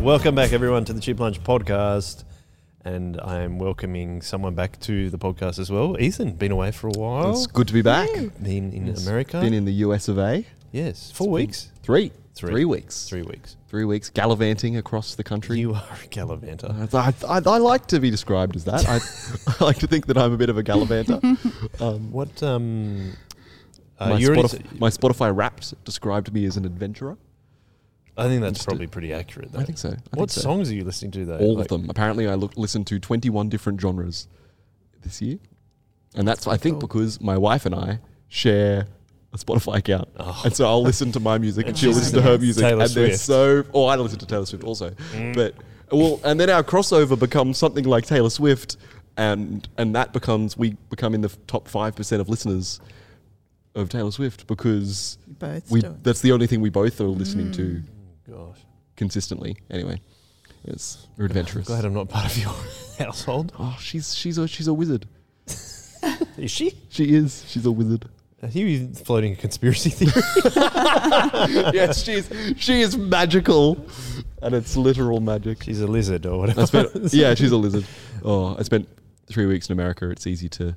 Welcome back, everyone, to the Chip Lunch podcast. And I'm welcoming someone back to the podcast as well. Ethan, been away for a while. It's good to be back. Been Oh, in Yes. America. Been in the US of A. yes, four weeks. Three. Three. Three weeks. Three weeks. Three weeks gallivanting across the country. You are a gallivanter. I, I, I like to be described as that. I, I like to think that I'm a bit of a gallivanter. Um, What, um, uh, my, you already Spotif- my Spotify Wrapped described me as an adventurer. s- I think that's Just a- probably pretty accurate, though. I think so. I think what so. songs are you listening to, though? All Like, of them. Apparently, I look, listened to 21 different genres this year, and that's I think cool. because my wife and I share a Spotify account, Oh. and so I'll listen to my music and she'll she's listen to her amazing. music, Taylor and they're Swift. Mm. so. Oh, I listen to Taylor Swift also, but well, and then our crossover becomes something like Taylor Swift, and and that becomes we become in the f- top five percent of listeners of Taylor Swift because You both Mm. we do it. that's the only thing we both are listening to Gosh. consistently. Anyway, it's we're I'm adventurous. glad I'm not part of your household. Oh, she's she's a she's a wizard. Is she? She is. She's a wizard. Are you floating a conspiracy theory? yes, she's she is magical, and it's literal magic. She's a lizard or I whatever. spent, yeah, she's a lizard. Oh, I spent three weeks in America. It's easy to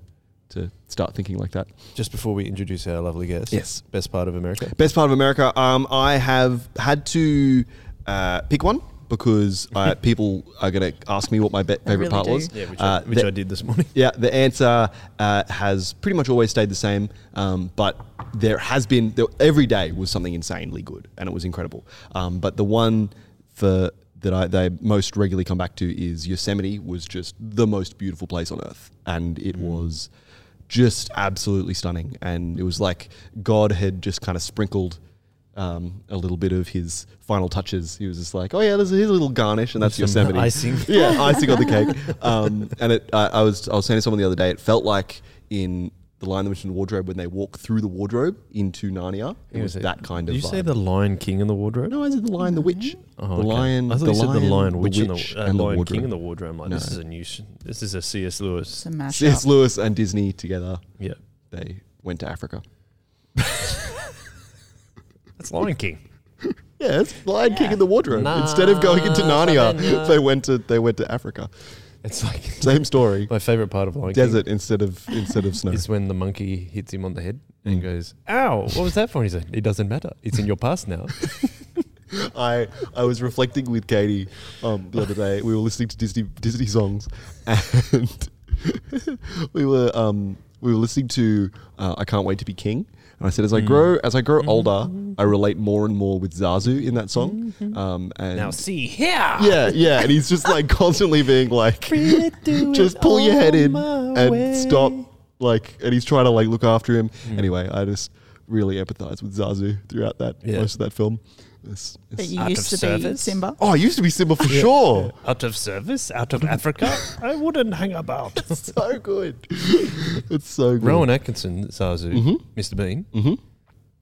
to start thinking like that. Just before we introduce our lovely guest. Yes. Best part of America. Best part of America. Um, I have had to uh, pick one because uh, people are going to ask me what my be- favorite really part do. was. Yeah, which, Uh, I, which the- I did this morning. Yeah, the answer uh, has pretty much always stayed the same, um, but there has been there, every day was something insanely good, and it was incredible. Um, but the one for that I they most regularly come back to is Yosemite was just the most beautiful place on earth, and it was just absolutely stunning. And it was like God had just kind of sprinkled. Um, a little bit of his final touches. He was just like, "Oh yeah, there's a, here's a little garnish, and that's Some Yosemite." icing. yeah, icing on the cake. Um, and it, I I was I was saying to someone the other day, it felt like in the Lion, the Witch, and the Wardrobe when they walk through the wardrobe into Narnia. It was that kind of. Did you say vibe. the Lion King in the wardrobe? No, I said the Lion, the Witch, Oh, the okay. Lion. I thought the you lion, said the Lion the Witch, and Witch the, uh, and the Lion Wardrobe. King in the wardrobe. I'm like, this No. is a new. Sh- this is a C.S. Lewis. It's a mashup. C.S. Lewis and Disney together. Yeah, They went to Africa. that's Lion King. Yes, Lion King in the wardrobe. Instead of going into Narnia, they went to they went to Africa. It's like Same story. my favorite part of Lion Desert instead of instead of snow. King is when the monkey hits him on the head Mm. and goes, "Ow! What was that for?" And he's like, "It doesn't matter. It's in your past now." I I was reflecting with Katie um, the other day. We were listening to Disney Disney songs, and we were um, we were listening to uh, "I Can't Wait to Be King." And I said, as I grow as I grow older, I relate more and more with Zazu in that song. Um, and now see here. yeah, yeah, and he's just like constantly being like, just pull your head in and stop. Like, and he's trying to like look after him. Anyway, I just really empathize with Zazu throughout that Yeah. most of that film. It's- it's- But you Out used of to be service. Simba. Oh, I used to be Simba for sure. Out of service, out of Africa. I wouldn't hang about. So good. it's so good. Rowan Atkinson, Zazu, Mr. Bean. Mhm.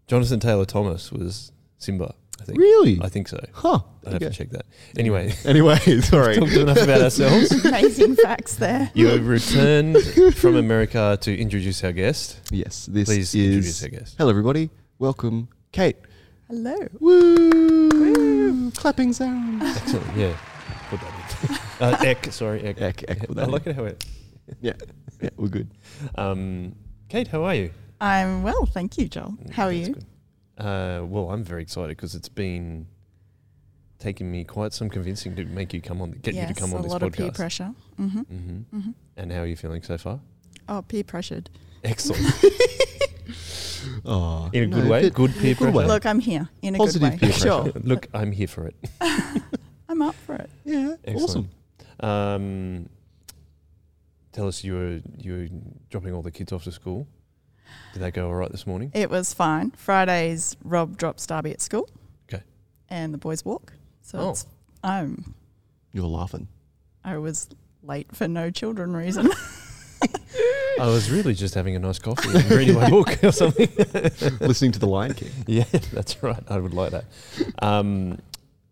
Jonathan Taylor Thomas was Simba. I think. Really? I think so. Huh. I'd have to Okay. check that. Anyway, Anyway, sorry. talked enough about ourselves. Amazing facts there. You have returned from America to introduce our guest. Yes, this Please introduce is. our guest. Hello, everybody. Welcome, Kate. Hello. Woo! Clapping sound. Excellent. Yeah. Put that in. Uh, Eck, sorry, Eck. Eck, eck, put that I in. like it how it. Yeah. Yeah, we're good. Um, Kate, how are you? I'm well, thank you, Joel. How are Mm, That's you? good. Uh, well, I'm very excited because it's been taking me quite some convincing to make you come on, get you to come on a this lot of peer podcast. pressure. hmm hmm And how are you feeling so far? Oh, peer pressured. Excellent. Oh, In a good way. Good peer pressure. way. Look, I'm here in a Positive good way. peer pressure. Sure, Look, I'm here for it. I'm up for it. Yeah. Excellent. Awesome. Um, tell us you were you were dropping all the kids off to school. Did that go all right this morning? It was fine. Fridays, Rob drops Darby at school. Okay. And the boys walk. So Oh. it's, I'm, You're laughing. I was late for no children reason. I was really just having a nice coffee and reading my book or something. Listening to the Lion King. Yeah, that's right. I would like that. Um,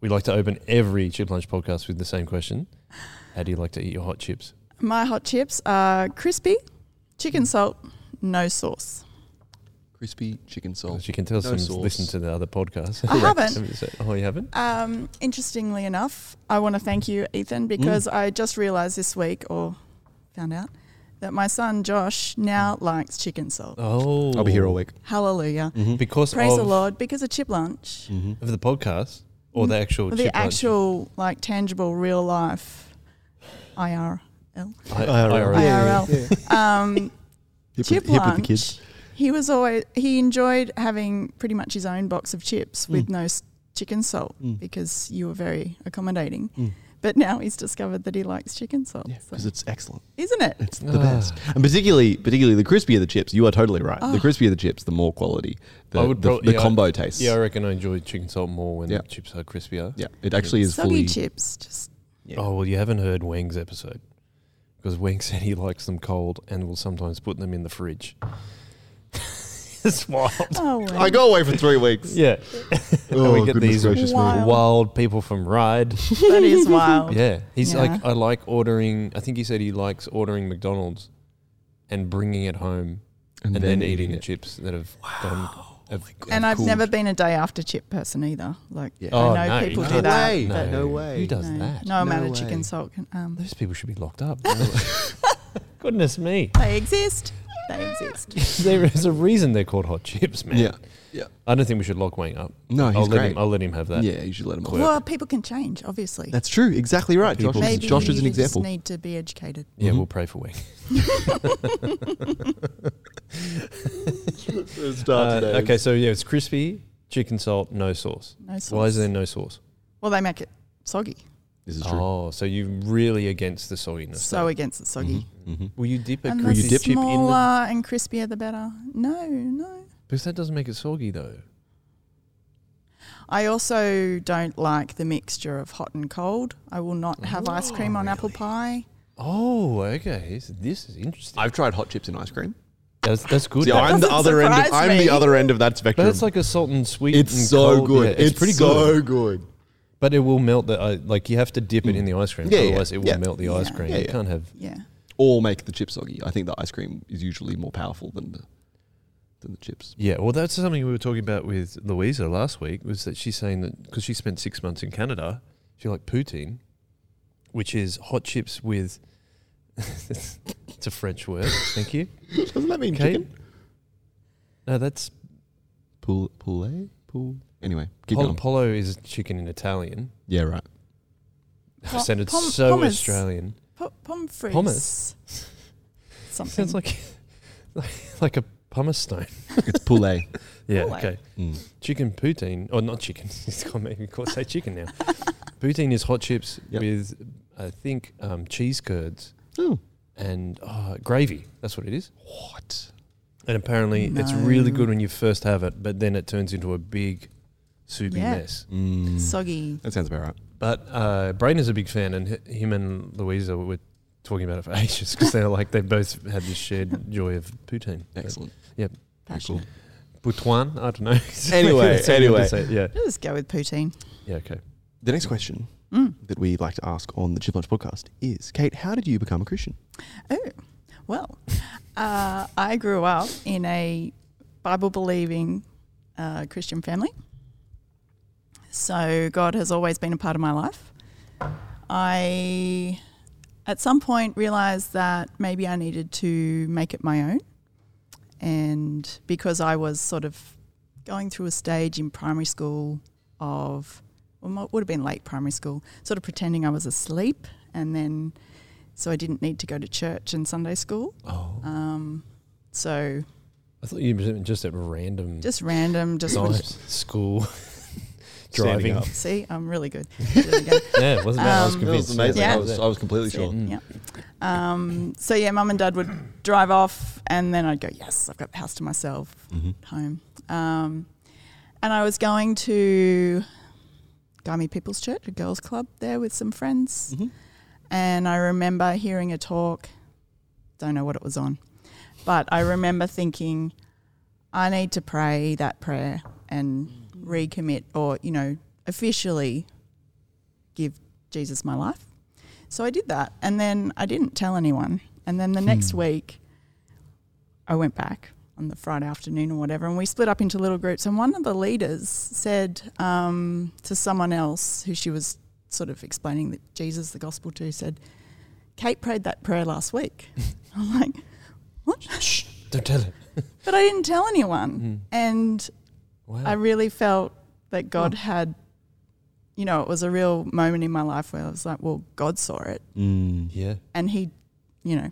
we like to open every Chip Lunch podcast with the same question. How do you like to eat your hot chips? Mm. My hot chips are crispy, chicken salt, no sauce. crispy chicken sole. As you can tell, No someone's sauce. listened to the other podcast. I haven't. oh, you haven't? Um, interestingly enough, I want to thank you, Mm. Ethan, because I just realised this week, or found out, that my son Josh now likes chicken salt. Mm. Oh. I'll be here all week. Hallelujah. Because Praise of, the Lord, because of chip lunch, Mm-hmm. of the podcast Mm, or the actual the chip lunch? actual, like, tangible, real life IRL. I- IRL. IRL. IRL. Um, chip lunch. He was always he enjoyed having pretty much his own box of chips Mm. with no s- chicken salt Mm. because you were very accommodating. But now he's discovered that he likes chicken salt, Yeah, so- because it's excellent. isn't it? It's the best, and particularly, particularly the crispier the chips. You are totally right. The crispier the chips, the more quality. The, I would the, prob- the yeah, I- combo taste. Yeah, I reckon I enjoy chicken salt more when Yeah. the chips are crispier. Yeah, it actually is Soggy fully. chips, just Yeah. Oh well, you haven't heard Wang's episode because Wang said he likes them cold and will sometimes put them in the fridge. it's wild. oh, well. I go away for three weeks. Yeah, Oh, we get goodness these gracious me. Wow. wild people from Ride. that is wild. Yeah, he's Yeah. like, I like ordering. I think he said he likes ordering McDonald's and bringing it home and, then, eating the it. chips that have gone. Have, have And I've cooled. never been a day after chip person either. Like Yeah. Oh, I know no, people no do that. way, but no way. Who does no, that? no amount No of way. chicken salt can. Um, Those people should be locked up. Goodness me. they exist. They exist. there is a reason they're called hot chips, man. Yeah, yeah. I don't think we should lock Wayne up. No, he's I'll let great. him. I'll let him have that. Yeah, you should let them off. Well, people can change, obviously. That's true. Exactly right. Josh, People- Maybe Josh is an you just example. need to be educated. Yeah, Mhm. we'll pray for Wayne. Uh, okay, so yeah, it's crispy chicken salt, no sauce. No sauce. Why is there no sauce? Well, they make it soggy. This is true. Oh, so you're really against the sogginess. So against the soggy. Mhm. will you dip a And Will crispy you the dip chip in smaller the? and crispier, the better. No, no. Because that doesn't make it soggy though. I also don't like the mixture of hot and cold. I will not have ice cream on apple pie. Oh, okay. So this is interesting. I've tried hot chips in ice cream. That's that's good. See, I'm the doesn't other end. Of, surprise I'm me. the other end of that spectrum. but it's like a salt and sweet. it's and so cold- good. yeah, it's pretty good. so good. But it will melt the. Uh, like you have to dip it in the ice cream. Yeah, yeah, otherwise, it will yeah. melt the ice Yeah. cream. Yeah, You yeah. can't have. Yeah. Or make the chips soggy. I think the ice cream is usually more powerful than the than the chips. Yeah, well, that's something we were talking about with Louisa last week. Was that she's saying that because she spent six months in Canada, she liked poutine, which is hot chips with. it's a French word. Thank you. Doesn't that mean Okay. No, that's Pool, poulet, pool. Anyway, keep pol- going. polo is chicken in Italian. yeah, right. I Pom- sounded pom- so pommes. Australian. Po- pommes frites. Pommes. Something. Sounds like like a pumice stone. It's poulet. Yeah. Polo. Okay. Mm. Chicken poutine, or not chicken? It's got me call say chicken now. poutine is hot chips Yep. with, I think, um, cheese curds. Oh, and uh, gravy. That's what it is. what? And apparently, it's really No. good when you first have it, but then it turns into a big soupy Yeah. mess. Mm. soggy. that sounds about right. But uh, Braden is a big fan, and h- him and Louisa were talking about it for ages because they're like they both had this shared joy of poutine. But Excellent. Passion. Poutine, I don't know. Anyway, It's something to anyway. say, yeah, Let's go with poutine. yeah, okay. The next question Mm. that we like to ask on the Chip Lunch podcast is, Kate, how did you become a Christian? Oh, well, uh, I grew up in a Bible believing uh, Christian family. So God has always been a part of my life. I, at some point, realized that maybe I needed to make it my own. And because I was sort of going through a stage in primary school of, well, it would have been late primary school, sort of pretending I was asleep and then so I didn't need to go to church and Sunday school. Oh, Um, so I thought you were just at random just random, just times, school Standing driving. up. see, I'm really good. Did it again. Yeah, wasn't that? I was Um, convinced. That was amazing. Yeah. I, was, I was completely That's it, sure. Yeah. Um, so yeah, mum and dad would drive off, and then I'd go, "Yes, I've got the house to myself, Mm-hmm. home." Um, and I was going to Gami People's Church, a girls' club, there with some friends, Mhm. and I remember hearing a talk. Don't know what it was on, but I remember thinking, "I need to pray that prayer and recommit, or you know, officially give Jesus my life." So I did that, and then I didn't tell anyone. And then the next week, I went back. on the Friday afternoon or whatever, and we split up into little groups. And one of the leaders said um, to someone else who she was sort of explaining that Jesus, the gospel to, said, "Kate prayed that prayer last week." I'm like, "What?" Don't tell it. But I didn't tell anyone, Mm. and Wow. I really felt that God had, you know, it was a real moment in my life where I was like, "Well, God saw it." Mm. yeah. and he, you know,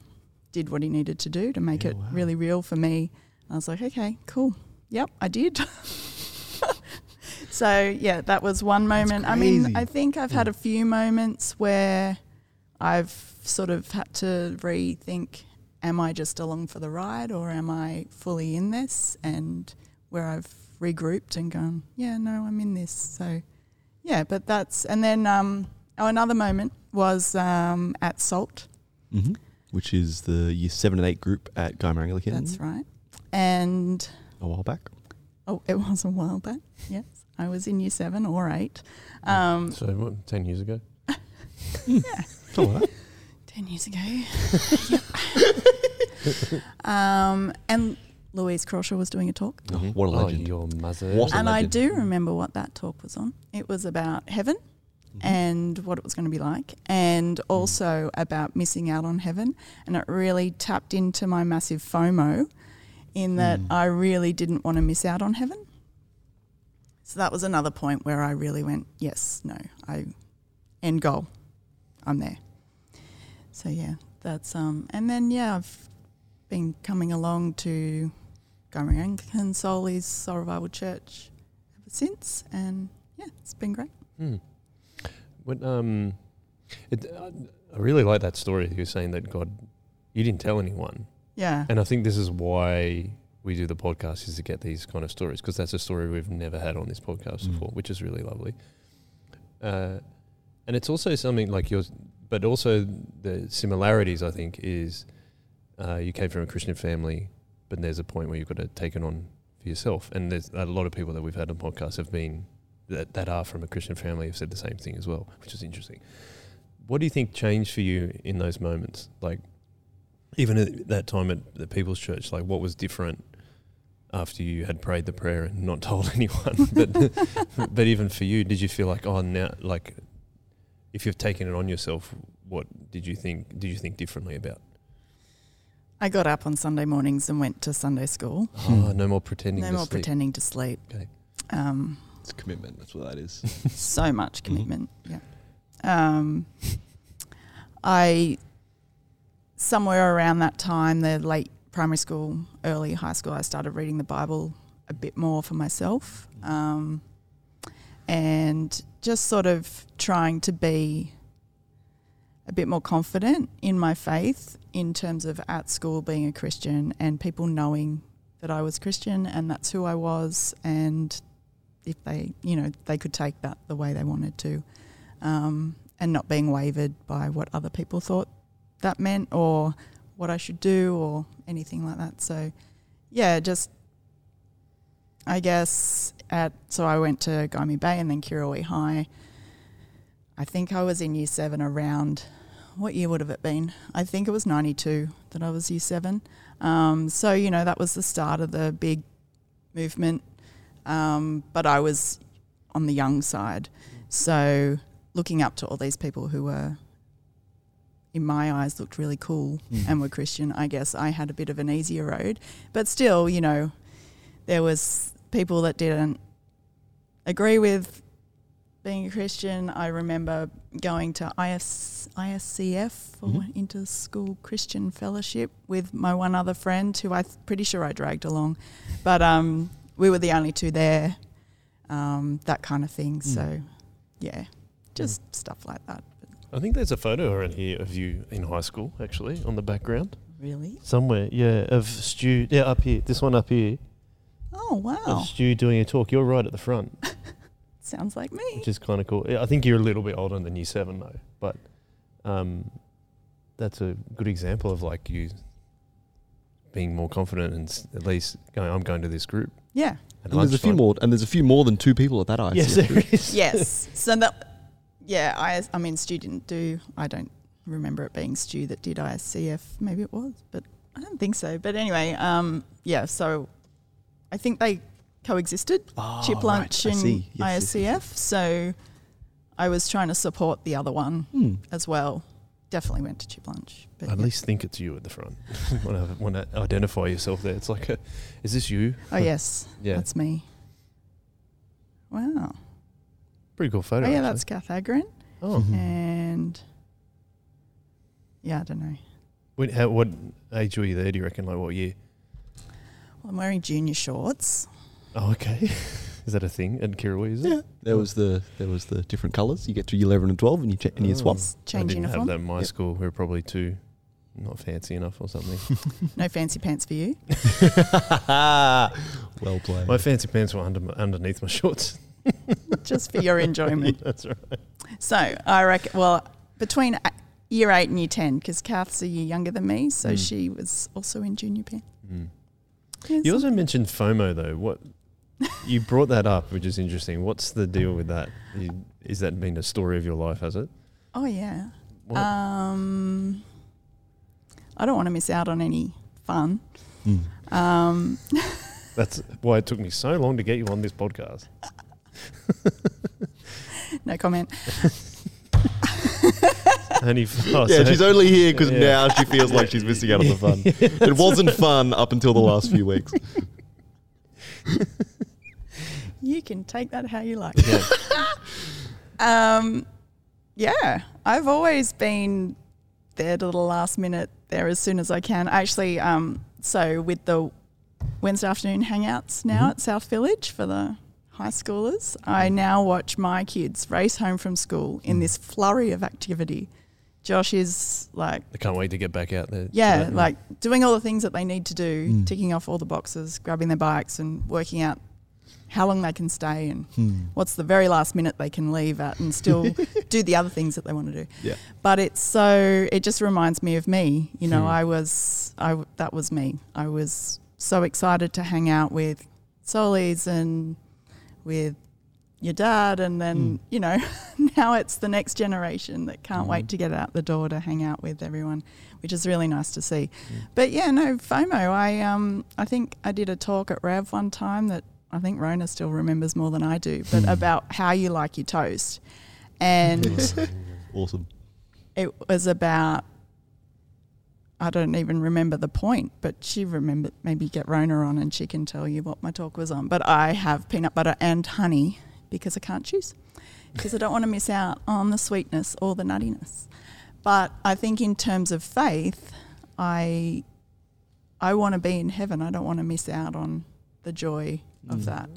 did what he needed to do to make Yeah, it wow. really real for me. I was like, okay, cool. Yep, I did. so yeah, that was one moment. I mean, crazy. I think I've had a few moments where I've sort of had to rethink: Am I just along for the ride, or am I fully in this? And where I've regrouped and gone, yeah, no, I'm in this. So yeah, but that's and then um, oh, another moment was um, at Salt. hmm Which is the year seven and eight group at Guymer Anglican That's right. And a while back. oh, it was a while back. Yes, I was in year seven or eight. Um, So what? Ten years ago. All right. Ten years ago. Yep. um, and Louise Crosher was doing a talk, Oh, what a Mm-hmm. legend. your mother. What a and I legend. do remember what that talk was on. It was about heaven and what it was going to be like, and also about missing out on heaven. And it really tapped into my massive FOMO in that I really didn't want to miss out on heaven. So that was another point where I really went, yes, no, I end goal, I'm there. So yeah, that's um, and then yeah, I've been coming along to Gomery Anglican Solis Soul Revival Church ever since, and yeah, it's been great. Hmm. When, um, it, I, I really like that story. You're saying that God, you didn't tell anyone, Yeah, and I think this is why we do the podcast is to get these kind of stories because that's a story we've never had on this podcast Mm. before, which is really lovely. Uh, and it's also something like yours, but also the similarities I think is uh, you came from a Christian family, but there's a point where you've got to take it on for yourself. And there's a lot of people that we've had on podcasts have been that, that are from a Christian family have said the same thing as well, which is interesting. What do you think changed for you in those moments? Like, even at that time at the People's Church, like what was different after you had prayed the prayer and not told anyone? but but even for you, did you feel like oh now like if you've taken it on yourself, what did you think? Did you think differently about? I got up on Sunday mornings and went to Sunday school. Oh, no more pretending. Hmm. no to more sleep. pretending to sleep. Okay. Um, It's commitment. That's what that is. so much Mhm. commitment. Yeah. Um, I somewhere around that time, the late primary school, early high school, I started reading the Bible a bit more for myself, um, and just sort of trying to be a bit more confident in my faith in terms of at school being a Christian and people knowing that I was Christian and that's who I was and if they, you know, they could take that the way they wanted to, um, and not being wavered by what other people thought that meant or what I should do or anything like that. So, yeah, just I guess at so I went to Guymy Bay and then Kirrawee High. I think I was in year seven around what year would have it been? I think it was ninety two that I was year seven. Um, so you know that was the start of the big movement um, but I was on the young side. So looking up to all these people who were, in my eyes, looked really cool Mm-hmm. and were Christian, I guess I had a bit of an easier road. But still, you know, there was people that didn't agree with being a Christian. I remember going to IS, ISCF or Mhm. Inter School Christian Fellowship with my one other friend who I'm pretty sure I dragged along but um, we were the only two there, um, that kind of thing. So, yeah, just stuff like that. But I think there's a photo around here of you in high school, actually, on the background really? somewhere. Yeah, of Stu. Yeah, up here. This one up here Oh of wow! Stu doing a talk. You're right at the front, Sounds like me. which is kind of cool. Yeah, I think you're a little bit older than year seven though, but um, that's a good example of like you being more confident and s- at least going. I'm going to this group. Yeah. at and there's a few lunchtime." more. And there's a few more than two people at that ICF. Yes, there is. Yes. so that. Yeah, I. I mean, Stu didn't do. I don't remember it being Stu that did ISCF. Maybe it was, but I don't think so. But anyway, um, yeah, so I think they coexisted Oh, chip right. lunch I and see. Yes, yes, yes, ISCF. So I was trying to support the other one Hmm. as well. Definitely went to chip lunch. But At yeah. least think it's you at the front. want to want to identify yourself there. It's like, a, is this you? Oh, yes, Yeah, that's me. Wow. pretty cool photo. Oh, yeah, actually. that's Pythagorean. Oh, Mhm. And yeah, I don't know. when, how, what age were you there? Do you reckon? Like what year? Well, I'm wearing junior shorts. Oh, okay. is that a thing at Kirrawee? Is it? Yeah, there was the there was the different colours. You get to year eleven and twelve, and you check, and you Oh. swap. It's I Change didn't have uniform. that in my Yep. school. We were probably too not fancy enough or something. No fancy pants for you. well played. my fancy pants were under, my- underneath my shorts. just for your enjoyment. That's right. So I reckon, well, between a- year eight and year 10, because Kath's a year younger than me, so Mm. she was also in junior pen. Hmm. Mm. Yes. You also mentioned FOMO though. What you brought that up, which is interesting. What's the deal with that? You- Is that been a story of your life? Has it? oh, yeah. What? Uh, Um, I don't want to miss out on any fun. Mm. Um, That's why it took me so long to get you on this podcast. no comment. Only for us. Oh, Yeah, she's only here because Yeah. now she feels like she's missing out on the fun. it wasn't fun up until the last few weeks. You can take that how you like. Yeah. Um, yeah, I've always been there to the last minute, there as soon as I can. Actually, um, so with the Wednesday afternoon hangouts now at South Village for the high schoolers, I now watch my kids race home from school in this flurry of activity. Josh is like, I can't wait to get back out there. to yeah, that. like doing all the things that they need to do, ticking off all the boxes, grabbing their bikes, and working out how long they can stay and Hmm. what's the very last minute they can leave at and still do the other things that they want to do. Yeah. But it's so it just reminds me of me. You know, I was I w- that was me. I was so excited to hang out with Solis and with your dad and then you know now it's the next generation that can't wait to get out the door to hang out with everyone which is really nice to see but yeah no fomo i um i think i did a talk at rav one time that i think rona still remembers more than i do but about how you like your toast and Awesome. it was about I don't even remember the point, but she remembered maybe get Rona on and she can tell you what my talk was on. But I have peanut butter and honey because I can't choose. Because I don't want to miss out on the sweetness or the nuttiness. But I think in terms of faith, I I want to be in heaven. I don't want to miss out on the joy of that.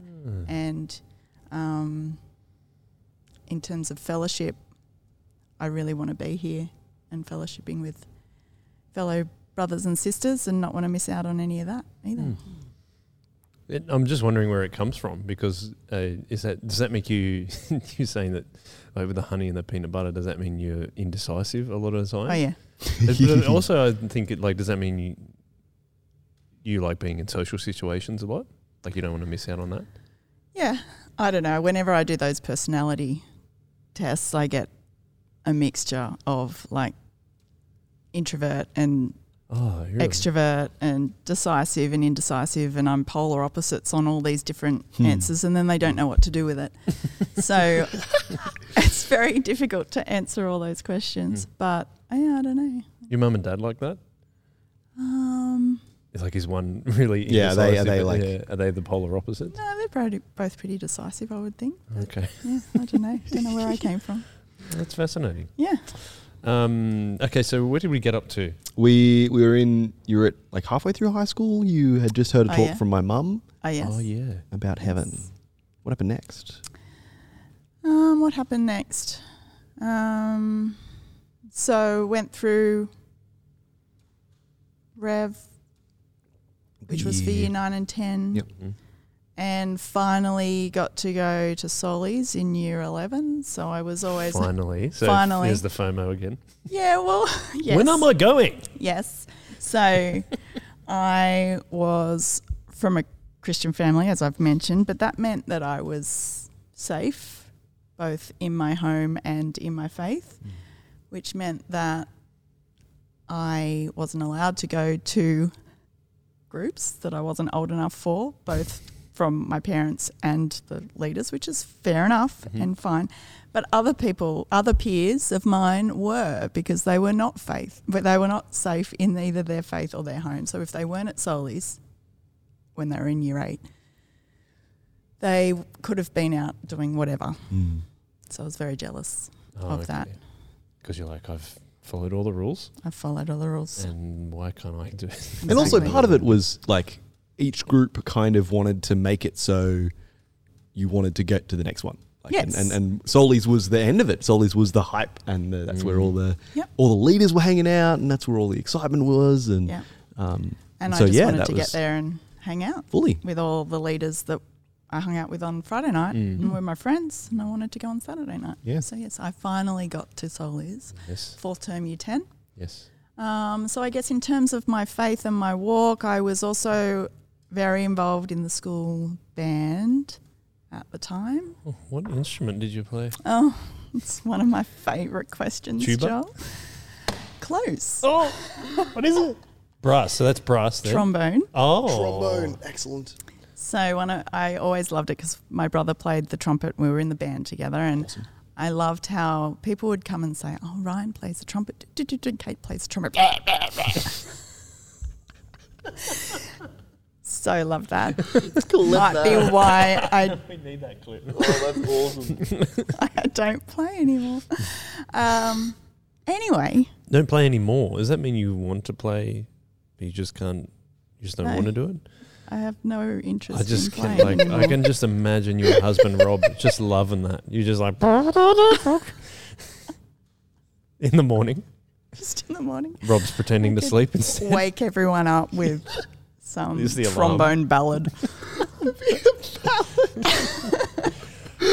And um, in terms of fellowship, I really want to be here and fellowshipping with fellow brothers and sisters and not want to miss out on any of that either. Mm. It, I'm just wondering where it comes from because uh, is that does that make you you saying that like with the honey and the peanut butter does that mean you're indecisive a lot of the time? Oh, yeah. But- but also, I think it like does that mean you you like being in social situations a lot? Like you don't want to miss out on that. Yeah. I don't know. Whenever I do those personality tests, I get a mixture of like introvert and Oh, really? extrovert and decisive and indecisive and I'm polar opposites on all these different answers and then they don't know what to do with it. so it's very difficult to answer all those questions, Hmm. but yeah, I don't know. Your mum and dad like that? Um, It's like is one really Yeah, are they- are indecisive, they but like- yeah, are they the polar opposites? no, they're pretty, both pretty decisive, I would think. But, Okay, Yeah, I don't know. don't know where I came from. that's fascinating. Yeah. Um, okay, so where did we get up to? We we were in. You were at like halfway through high school. You had just heard a Oh, talk yeah. from my mum Oh, yes. Oh yeah, about heaven. What happened next? Um, what happened next? Um, so went through Rev, which was for Yeah. year nine and ten, Yep. Mm. and finally got to go to Solis in year eleven. So I was always finally. So Finally. there's the FOMO again. yeah. Well, yes. When am I going? Yes. So I was from a Christian family, as I've mentioned, but that meant that I was safe both in my home and in my faith, which meant that I wasn't allowed to go to groups that I wasn't old enough for, both from my parents and the leaders, which is fair enough Mhm. and fine. But other people, other peers of mine were because they were not faith, but they were not safe in either their faith or their home. So if they weren't at Soli's when they were in year eight, they could have been out doing whatever. Mm. So I was very jealous. Oh, Of that. Because you're like, I've followed all the rules, I followed all the rules. and why can't I do it? And also, Exactly. part of it was like each group kind of wanted to make it so you wanted to get to the next one. Like, Yes. And, and and Solis was the end of it. Solis was the hype, and the, that's where Mm. all the Yep. all the leaders were hanging out, and that's where all the excitement was, and Yeah. um, And So, I just yeah, wanted that to was- get there and hang out fully. with all the leaders that I hung out with on Friday night and were my friends, and I wanted to go on Saturday night. Mm. Yeah. So, yes, I finally got to Solis, Yes, fourth term, year 10. yes. Um, so, I guess in terms of my faith and my walk, I was also very involved in the school band at the time. Oh, what instrument did you play? Oh, it's one of my favourite questions, Tuba? Joel. Close. Oh, what is it? Brass. So that's brass. Then. Trombone. oh, excellent. So when I, I always loved it because my brother played the trumpet. and We were in the band together, and I loved how people would come and say, "Oh, Ryan plays the trumpet. Do, do, do, Kate plays the trumpet." Blah, blah, blah. so loved that. Might be why I We need that clip. I don't play anymore. Um, anyway, Don't play anymore. Does that mean you want to play, but you just can't? You just don't No. want to do it. I have no interest. I just in can playing like I anymore. can just imagine your husband Rob just loving that. You're just like in the morning. just in the morning. Rob's pretending to Okay. sleep instead. wake everyone up with some Is the alarm. trombone ballad.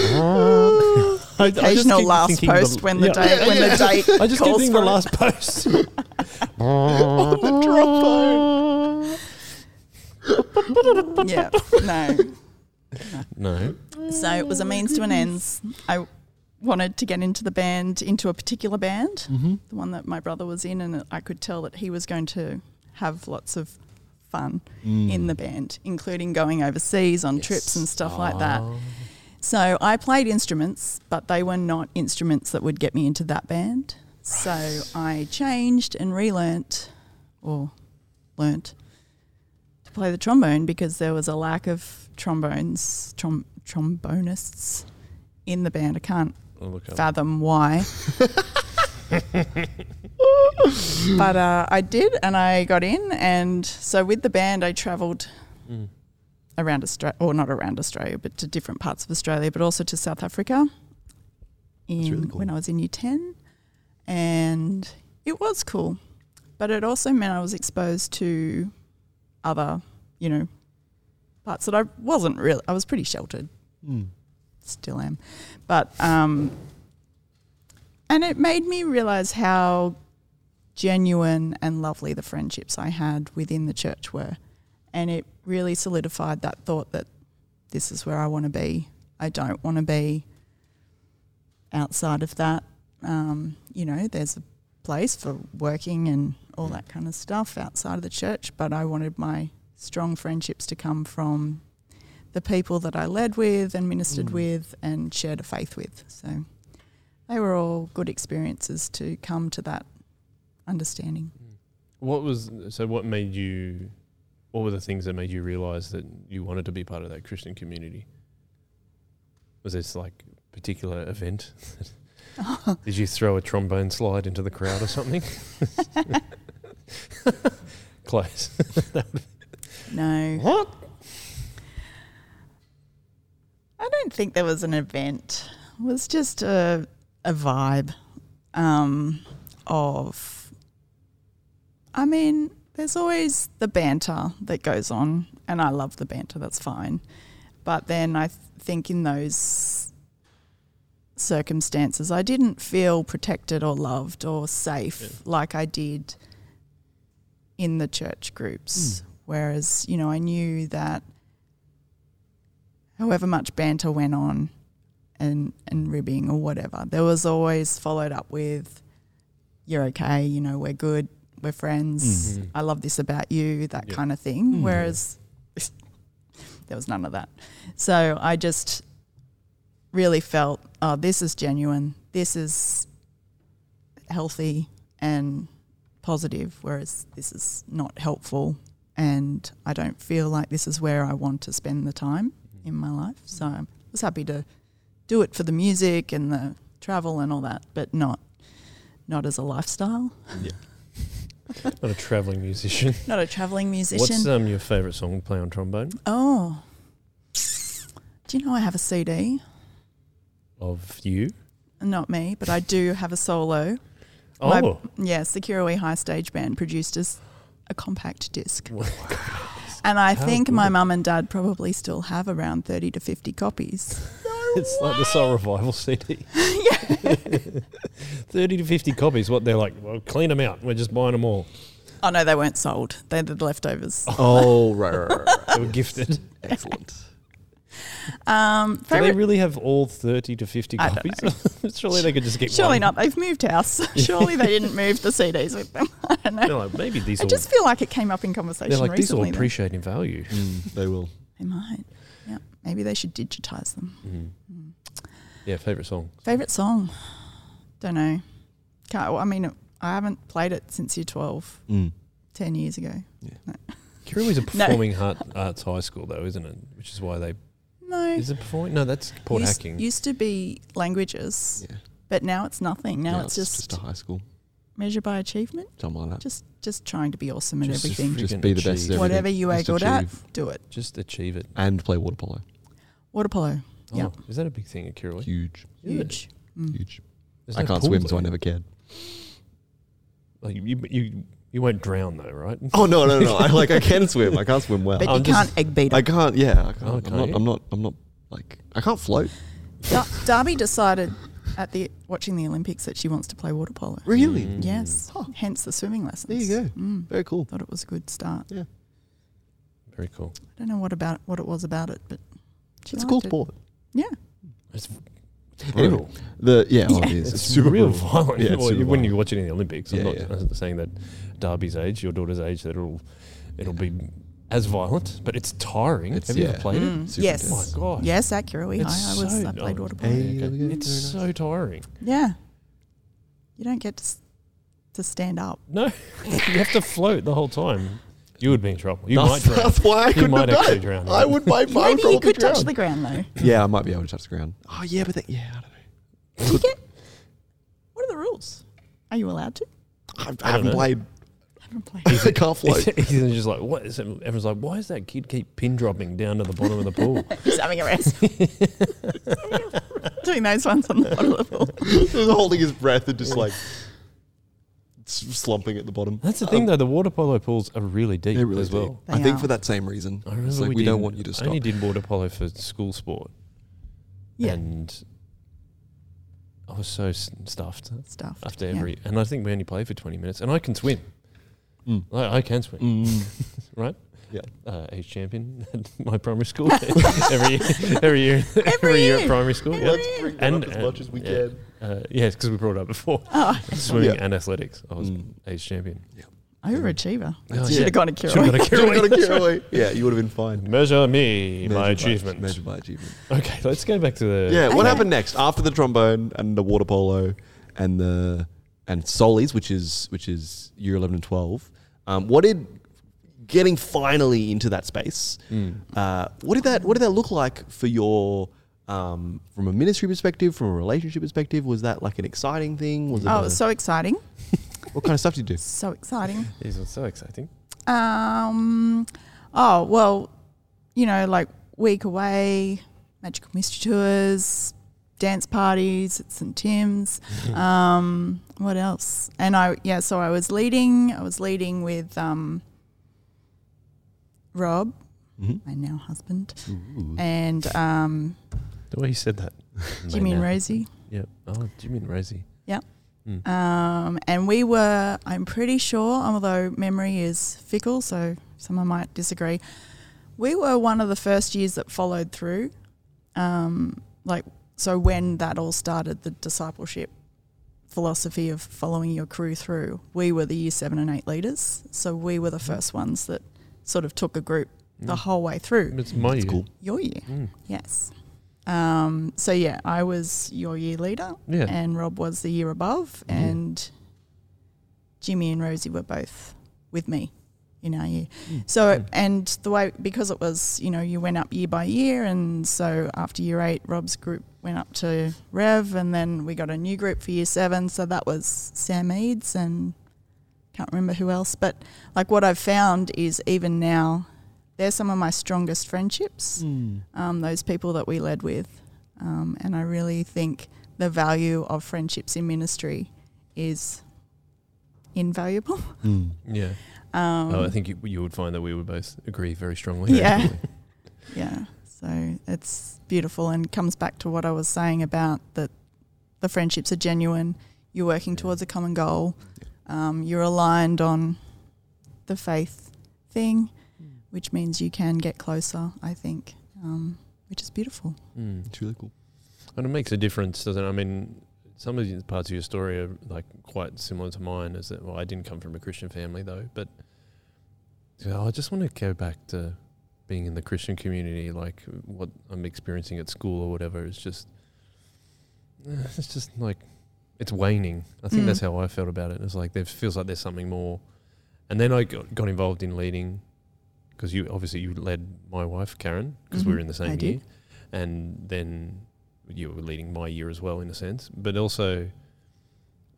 I, I just Occasional keep last thinking the- post when the yeah, day when the date I just keep calls thinking the for it. last post. on the trombone. Yeah, no. no. So it was a means to an ends. I wanted to get into the band, into a particular band, the one that my brother was in, and I could tell that he was going to have lots of fun Mm-hmm. Hmm. in the band, including going overseas Mm. on trips and stuff like that. Oh. Ah. So I played instruments, but they were not instruments that would get me into that band. So I changed and relearnt or learnt to play the trombone because there was a lack of trombones, trom- trombonists in the band. I can't I'll look up. fathom why. Mm. but uh, I did, and I got in, and so with the band, I travelled Mm. around Australia, or not around Australia, but to different parts of Australia, but also to South Africa. In really cool. when I was in Year Ten, and it was cool, but it also meant I was exposed to other, you know, parts that I wasn't really. I was pretty sheltered Mm. still am. But um, and it made me realize how genuine and lovely the friendships I had within the church were, and it really solidified that thought that this is where I want to be. I don't want to be outside of that. Um, you know, there's a place for working and all that kind of stuff outside of the church, but I wanted my strong friendships to come from the people that I led with and ministered with and shared a faith with. So they were all good experiences to come to that understanding. What was so? What made you? What were the things that made you realize that you wanted to be part of that Christian community? Was this like particular event? Did you throw a trombone slide into the crowd or something? Close. No. What? I don't think there was an event. It was just a a vibe um, of. I mean, there's always the banter that goes on, and I love the banter. That's fine, but then I th- think in those circumstances, I didn't feel protected or loved or safe Yeah. like I did in the church Hmm. groups. Mm. Whereas, you know, I knew that however much banter went on and and ribbing or whatever there was always followed up with you're okay you know we're good we're friends, Mhm. I love this about you, that Yeah. kind of thing. Mm. Whereas there was none of that. So I just really felt, oh, this is genuine, this is healthy and positive, whereas this is not helpful. And I don't feel like this is where I want to spend the time in my life. So I was happy to do it for the music and the travel and all that, but not not as a lifestyle. Not a traveling musician. Not a traveling musician. What's um, your favourite song to play on trombone? oh. Do you know I have a CD? Of you? Not me, but I do have a solo. Oh, My- Yeah, Sekiroi High Stage Band produced us a compact disc. Wow. And I How think my good. mum and dad probably still have around 30 to 50 copies. it's like the Soul Revival CD. 30 to 50 copies. What they're like, well, clean them out. We're just buying them all. Oh, no, they weren't sold. They're the leftovers. Oh, right, right, right, right. They were gifted. Excellent. Do Oh. Um, they favorite, really have all 30 to 50 I don't copies? Surely they could just get surely one. not. They've moved house. Surely they didn't move the CDs with them. I don't know. They're like, maybe these I all. just feel like it came up in They're conversation like, these all recently. though. appreciate in value. Mm, they will. They might. Yeah, maybe they should digitize them. Mm. Yeah, favourite song. Favorite song? Don't know. Can't, well, I mean, I haven't played it since year 12, Mm. 10 years ago. Kiriwi's a performing art, arts high school, though, isn't it? Which is why they. No. Is it performing? No, that's Port used, Hacking. used to be languages, Yeah. but now it's nothing. Now Yeah, it's, just, a high school. measured by achievement. Something like that. Just just trying to be awesome at Just a everything. Just Freaking be the best. achieve. at Whatever everything. you are Just good at, achieve do it. Just achieve it. And play water polo. Water polo, Oh, Yeah. Is that a big thing at Kiriwi? Huge, Yeah. huge. Mm. huge. There's I no can't pool swim, there. so I never cared. Like, you, you, you won't drown, though, right? Oh no, no, no! I like I can swim. I can't swim well. But I'm you just- can't egg beat I 'em. can't. Yeah, I can't. Oh, I'm, can't not, you? I'm not. I'm not. Like I can't float. Dar- Darby decided at the watching the Olympics that she wants to play water polo. Really? Mm. Yes, hence the swimming There lessons. you go. Mm. Very cool. Thought it was a good start. Very cool. I don't know what about what it was about it, but she It's a liked cool it. sport. It's Anyway, The yeah, oh, it It's, is. It's super real brutal. violent. Yeah, it's Well, super when you violent. watch it in the Olympics, I'm Yeah, not yeah. I'm not saying that Darby's age, your daughter's age, that it'll it'll be as violent, but it's tiring. It's- Have you ever yeah. played it? Mm. Super Yes, Oh my god. yes, accurately. I, It's I was. so I played dumb. water polo. Hey, there we go. It's Very so tiring. Yeah, you don't get to, s- to stand up. No, you have to float the whole time. You would be in trouble. You might That's, drown. that's why I couldn't might have done actually it. drown, I yeah. would my my Maybe you probably could touch drown. the ground though. Yeah, I might be able to touch the ground. Oh yeah, but that, yeah, I don't know. You get- what are the rules? Are you allowed to? I, I, I don't haven't know. played. I haven't played. I can't float. Ethan's just like, what? Is it? Everyone's like, why does that kid keep pin dropping down to the bottom of the pool? Just having a rest. Doing those ones on the bottom of the pool. He's holding his breath and just like s- slumping at the bottom. That's the thing, though. The water polo pools are really deep Um, They're really as well. deep. I They think are. for that same reason. I remember It's like we, we, don't did- want you to I stop. only did water polo for school sport. Yeah. And I was so s- stuffed Stuff. after Yeah. every, and I think we only played for 20 minutes. And I can swim. Mm. I, I can swim. Mm. Uh, age champion at my primary school every every year every, year at year. primary school. Yeah, Let's bring that And- up as and- much as we yeah. can. uh, yes, because we brought it up before Oh, swimming Yeah. and athletics. I was Mm. age champion. overachiever. That's Should it. have gone to Kiro. Should've got a Should've Kiwi. got a Kiwi. yeah, you would have been fine. Measure me, Measured my by- achievement. Measured by achievement. Okay, let's go back to the Yeah, what Okay. happened next after the trombone and the water polo and the and solis, which is which is year eleven and twelve? Um, what did getting finally into that space? Uh, what did that What did that look like for your um, from a ministry perspective, from a relationship perspective? Was that like an exciting thing? Was it Oh, a- it was so exciting. what kind of stuff did you do? So exciting. These are so exciting. Um, oh, well, you know, like week away, magical mystery tours, dance parties at St. Tim's. um, what else? And I, yeah, so I was leading, I was leading with um, Rob, Mhm. my now husband, and um, The way you said that. Jimmy and Rosie. Yeah. Oh, Jimmy and Rosie. Um, and we were, I'm pretty sure, although memory is fickle, so someone might disagree, we were one of the first years that followed through. Um, like, so when that all started, the discipleship philosophy of following your crew through. We were the year seven and eight leaders, so we were the first ones that sort of took a group the Mm. whole way through. It's my It's year. cool. Your year, Mm. yes. Um, so yeah, I was your year leader, Yeah. and Rob was the year above, Mhm. and Jimmy and Rosie were both with me in our year. Mm. So, Mm. and the way, because it was, you know, you went up year by year, and so after year eight, Rob's group went up to Rev, and then we got a new group for year seven. So that was Sam Eads and can't remember who else. But like what I've found is even now, they're some of my strongest Mm. friendships Mm. um, those people that we led with. Um, and I really think the value of friendships in ministry is invaluable. Mm. Yeah. Um, oh, I think you, you would find that we would both agree very strongly. Yeah. actually. yeah, so it's beautiful and comes back to what I was saying about that the friendships are genuine. You're working Yeah. towards a common goal. Um, you're aligned on the faith thing, which means you can get closer. I think, um, which is beautiful. Mm. It's really cool. And it makes a difference, doesn't it? I mean, some of the parts of your story are like quite similar to mine. Is that well, I didn't come from a Christian family though, but you know, I just want to go back to being in the Christian community. Like what I'm experiencing at school or whatever is just, eh, it's just like it's waning. I think Mm. that's how I felt about it. It's like there feels like there's something more. And then I got, got involved in leading because you obviously you led my wife Karen because we were Mhm, in the I same did. year, and then you were leading my year as well in a sense. But also,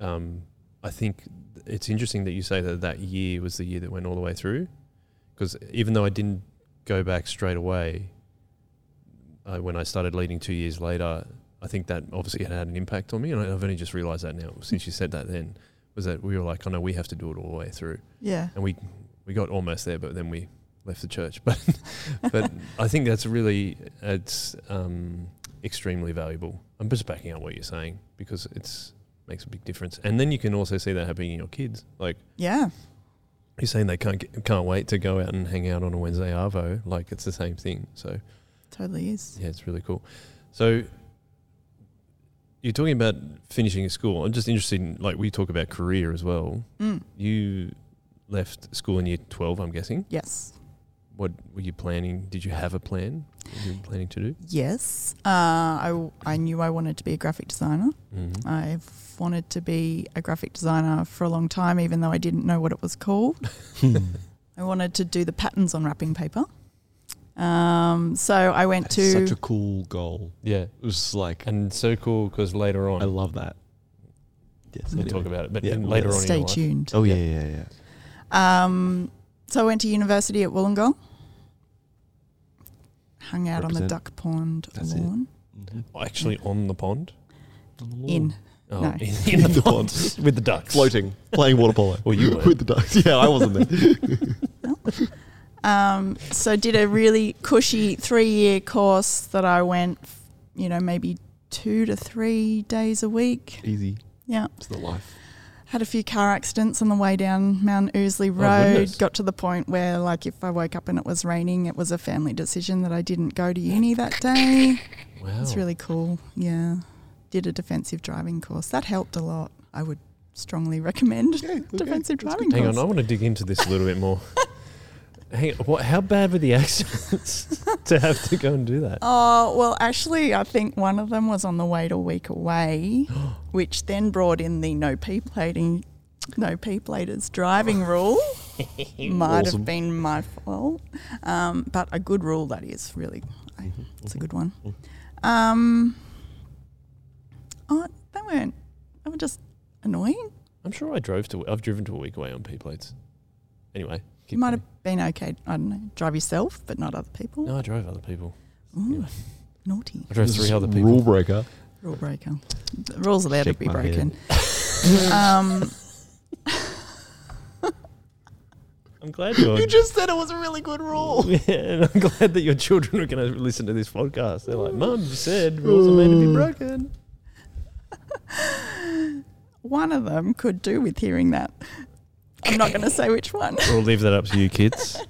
um, I think th- it's interesting that you say that that year was the year that went all the way through, because even though I didn't go back straight away, uh, when I started leading two years later, I think that obviously had had an impact on me, and I- I've only just realised that now since you said that. Then was that we were like, oh no, we have to do it all the way through Yeah, and we we got almost there, but then we left the church. But but I think that's really it's um, extremely valuable. I'm just backing up what you're saying because it's makes a big difference, and then you can also see that happening in your kids. Like yeah, you're saying they can't get, can't wait to go out and hang out on a Wednesday arvo. Like it's the same thing. So totally is. yeah, it's really cool. So you're talking about finishing school. I'm just interested in like we talk about career as well. Mm, You left school in year 12, I'm guessing. yes. what were you planning? Did you have a plan? What you were planning to do? Yes, uh, I, I knew I wanted to be a graphic designer. Mm-hmm. I've wanted to be a graphic designer for a long time, even though I didn't know what it was called. I wanted to do the patterns on wrapping paper. Um, so I went That's to such a cool goal. Yeah, It was like and so cool because later on I love that. Yes, we'll anyway. talk about it, but Yeah, in- we'll- later on, in stay your life- tuned. Oh yeah, yeah, yeah. Um, so I went to university at Wollongong, hung out on the Represent. duck pond That's it. lawn. Mhm. actually on the pond, In oh, No. in, in the pond with the ducks floating, playing water polo. Well, you were. with the ducks. Yeah, I wasn't there. Um, so did a really cushy three year course that I went, you know, maybe two to three days a week. Easy. Yeah. It's the life. Had a few car accidents on the way down Mount Ousley Road. goodness. Got to the point where, like, if I woke up and it was raining, it was a family decision that I didn't go to uni that day. Wow, It's really cool. Yeah. Did a defensive driving course. That helped a lot. I would strongly recommend Okay, defensive that's driving Hang course. on, I want to dig into this a little bit more. Hang on, what? How bad were the accidents to have to go and do that? Oh, well, actually, I think one of them was on the wait a week away, which then brought in the no P plating, no P platers driving rule. Might Awesome. have been my fault, um, but a good rule that is really, I, Mm-hmm. it's a good one. Um, oh, they weren't, they were just annoying. I'm sure I drove to. I've driven to a week away on P plates. Anyway, You keep might going. have been okay, I don't know, drive yourself, but not other people. No, I drove other people. Ooh, anyway. Naughty I drove This three is other people. Rule breaker. rule breaker. The rules are there Shake to be my head. broken. um, I'm glad you're You just said it was a really good rule. Yeah, and I'm glad that your children are going to listen to this podcast. They're like, Mum, you said rules are made to be broken. one of them could do with hearing that. I'm not going to say which one. We'll leave that up to you kids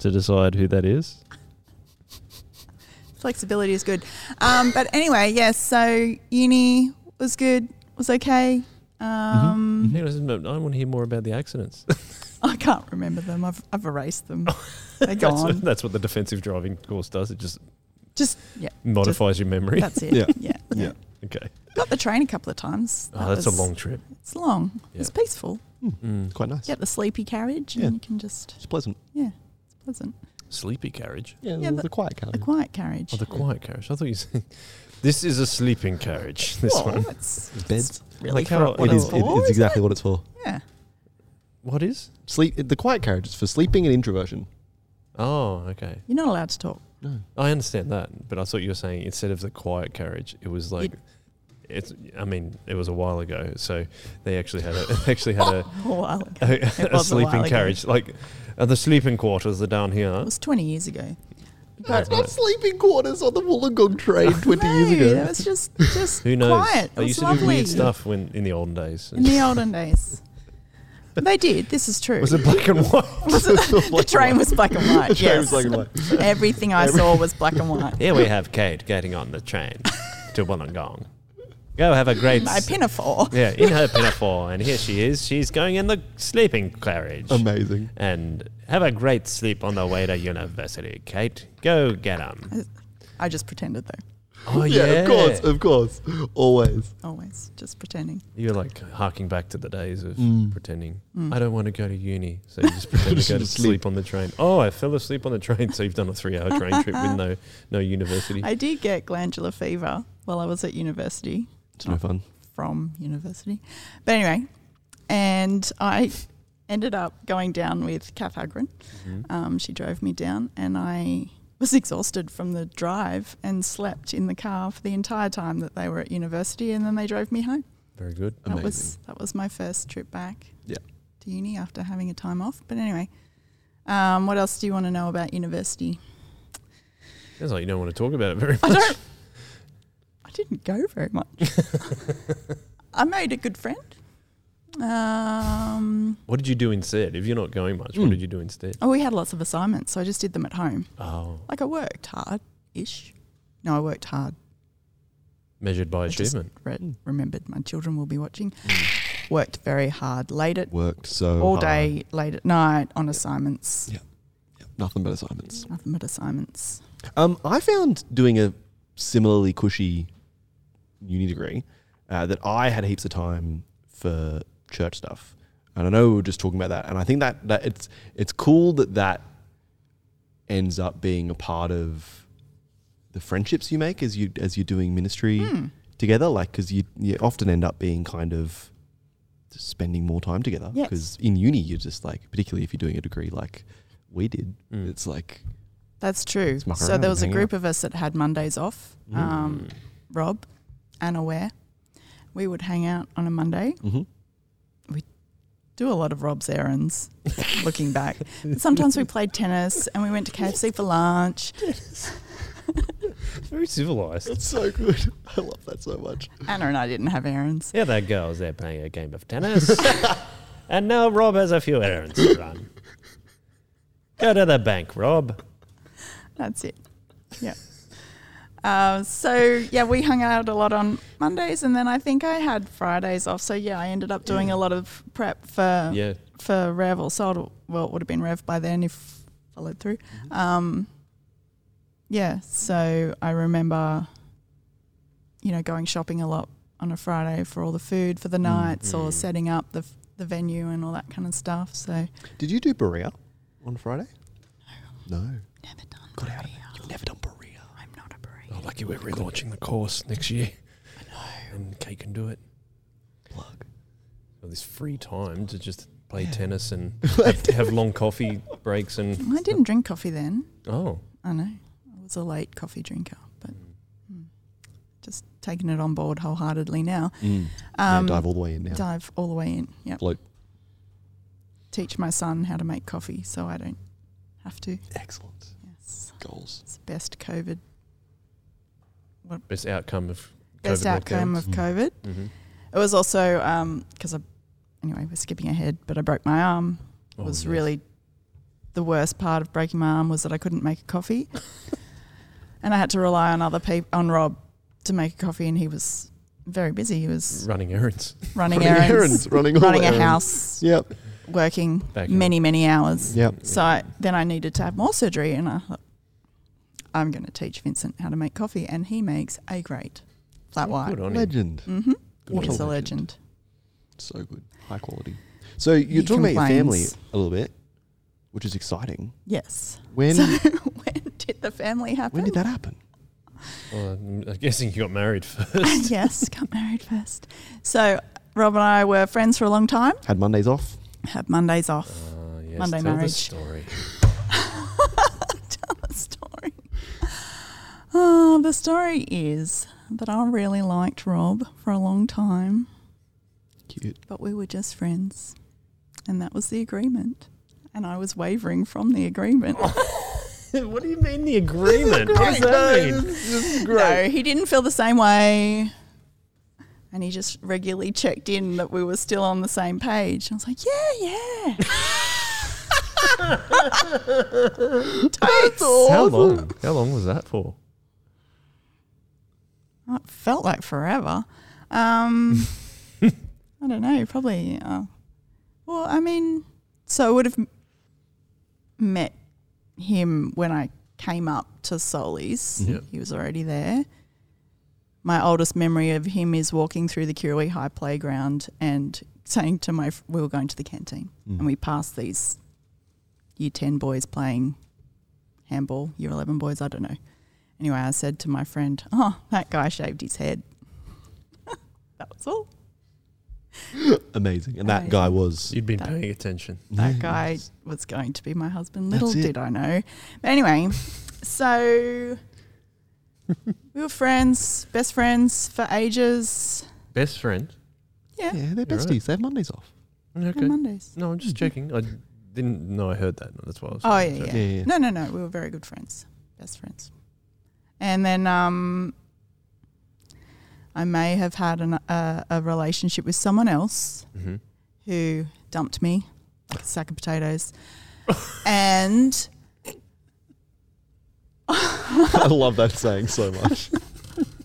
to decide who that is. Flexibility is good. Um, but anyway, yes, so uni was good, was okay. Um, Hang on a second, I want to hear more about the accidents. I can't remember them. I've, I've erased them. They're that's, what, gone. that's what the defensive driving course does. It just Just yeah, modifies your memory. that's it. Yeah. Yeah. yeah, Yeah. Okay. Got the train a couple of times. Oh, That that's a was- long trip. It's long. It's peaceful. Mm. Quite nice. Get the sleepy carriage, Yeah. and you can just It's pleasant. yeah, it's pleasant. Sleepy carriage. Yeah, Yeah, the, but- the quiet car. The quiet carriage. Oh, the quiet carriage. I thought you said this is a sleeping carriage. This Well, one. It's, It's beds. it's really Like how for what it it Oh, is. it's it- for, it's isn't exactly it? what it's for. Yeah. What is? Sleep. The quiet carriage is for sleeping and introversion. Oh, okay. You're not allowed to talk. No. I understand that, but I thought you were saying instead of the quiet carriage, it was like. It's. I mean, it was a while ago, so they actually had a they actually had a, Oh, wow. a, It a was a sleeping while ago. carriage. Like, uh, the sleeping quarters are down here. It was 20 years ago. That's not sleeping quarters on the Wollongong train 20 years No, ago. It was just, just Who knows? quiet. It They was used lovely. to do weird stuff when in the olden days. In the olden days. They did. This is true. was it black and white? the train was black and white. train was yes. black and white. Everything I saw was black and white. Here we have Kate getting on the train to Wollongong. Go have a great. My pinafore. yeah, in her pinafore, and here she is. She's going in the sleeping carriage. Amazing. And have a great sleep on the way to university, Kate. Go get 'em. I just pretended though. Oh yeah, of course, of course, always. Always just pretending. You're like harking back to the days of pretending. I don't want to go to uni, so you just pretend to go to Just sleep on the train. Oh, I fell asleep on the train, so you've done a three-hour train trip with no no university. I did get glandular fever while I was at university. It's no fun. from university. But anyway, and I ended up going down with Kath Hagren. Um, she drove me down, and I was exhausted from the drive and slept in the car for the entire time that they were at university, and then they drove me home. Very good. That was that was my first trip back. Yeah. To uni after having a time off. But anyway, um, what else do you want to know about university? Sounds like you don't want to talk about it very much. I don't. I didn't go very much. I made a good friend. Um, What did you do instead? If you're not going much, what did you do instead? oh, we had lots of assignments, so I just did them at home. Oh, Like I worked hard ish. No, I worked hard. measured by I just achievement. re- remembered my children will be watching. Worked very hard, late at Worked so all hard. day, late at night on assignments. Nothing but assignments. Nothing but assignments. Um, I found doing a similarly cushy uni degree uh, that I had heaps of time for church stuff, and I know we were just talking about that, and I think that that it's it's cool that that ends up being a part of the friendships you make as you as you're doing ministry Hmm, together, like because you you often end up being kind of just spending more time together Yes. because in uni you're just like particularly if you're doing a degree like we did Mm. it's like That's true. muck So around there and was a hang group of us that had Mondays off. Um, Mm. Rob, Anna Ware. We would hang out on a Monday, mhm. do a lot of Rob's errands, looking back. But sometimes we played tennis and we went to KFC for lunch. Very civilized. It's so good. I love that so much. Anna and I didn't have errands. Yeah, that girl's there playing a game of tennis. and now Rob has a few errands to run. Go to the bank, Rob. That's it. Yeah. Uh, so yeah, we hung out a lot on Mondays, and then I think I had Fridays off. So yeah, I ended up doing a lot of prep for Yeah. for Rev or sold. Well, it would have been Rev by then if followed through. Um, yeah, so I remember, you know, going shopping a lot on a Friday for all the food for the nights Mm-hmm. or setting up the the venue and all that kind of stuff. So Did you do Berea on Friday? No. never done. Got out of it. You've never done Berea. I'm not a breed. Oh, lucky we're relaunching the course next year. I know. And Kate can do it. Plug. All this free time to just play tennis and have, have long coffee breaks and. I didn't drink coffee then. Oh. I know. I was a late coffee drinker, but mm, just taking it on board wholeheartedly now. Um, yeah, Mm. dive all the way in now. dive all the way in. Yep. Bloke. Teach my son how to make coffee so I don't have to. Excellent. Yes. Goals. It's the best COVID, Best outcome of COVID best outcome of Mm. COVID. hmm It was also because I, anyway, we're skipping ahead, but I broke my arm. Oh, It was really the worst part of breaking my arm was that I couldn't make a coffee, and I had to rely on other people on Rob to make a coffee, and he was very busy. He was running errands. running, Running errands, errands, running all running a errands. house, Yep. working Back in- many, many hours. Yep. So I, then I needed to have more surgery, and I thought, I'm going to teach Vincent how to make coffee, and he makes a great flat white. Good on him. Legend. Mm-hmm. Good What on He's a a him. legend. So good. High quality. So you're He talking about your family complains. a little bit, which is exciting. Yes. When so when did the family happen? when did that happen? Well, I'm I'm guessing you got married first. yes, got married first. So Rob and I were friends for a long time. Had Mondays off. Had Mondays off. Ah, yes, Monday tell The marriage. story. Uh. Tell the story. Oh, the story is that I really liked Rob for a long time, Cute. but we were just friends, and that was the agreement. And I was wavering from the agreement. what do you mean the agreement? What does that mean? No, he didn't feel the same way. And he just regularly checked in that we were still on the same page. I was like, yeah, yeah. Totes. How long? How long was that for? Well, It felt like forever. Um, I don't know, probably. Uh, well, I mean, so I would have m- met him when I came up to Solis. Mhm. Yep. He was already there. My oldest memory of him is walking through the Kirui High playground and saying to my, f- we were going to the canteen and we passed these year 10 boys playing handball, year 11 boys, I don't know. Anyway, I said to my friend, Oh, that guy shaved his head. that was all. Amazing. And that Amazing. guy was You'd been That- paying attention. That guy was going to be my husband. That's Little it. did I know. But anyway, so we were friends, best friends for ages. Best friend. Yeah, Yeah, they're You're right. besties. They have Mondays off. Okay. on Mondays. No, I'm just checking. I didn't know I heard that. That's why I was. Oh, yeah, checking. Yeah, yeah. No, no, no. We were very good friends, best friends. And then um, I may have had an, a a relationship with someone else Mhm. who dumped me like a sack of potatoes. and I love that saying so much.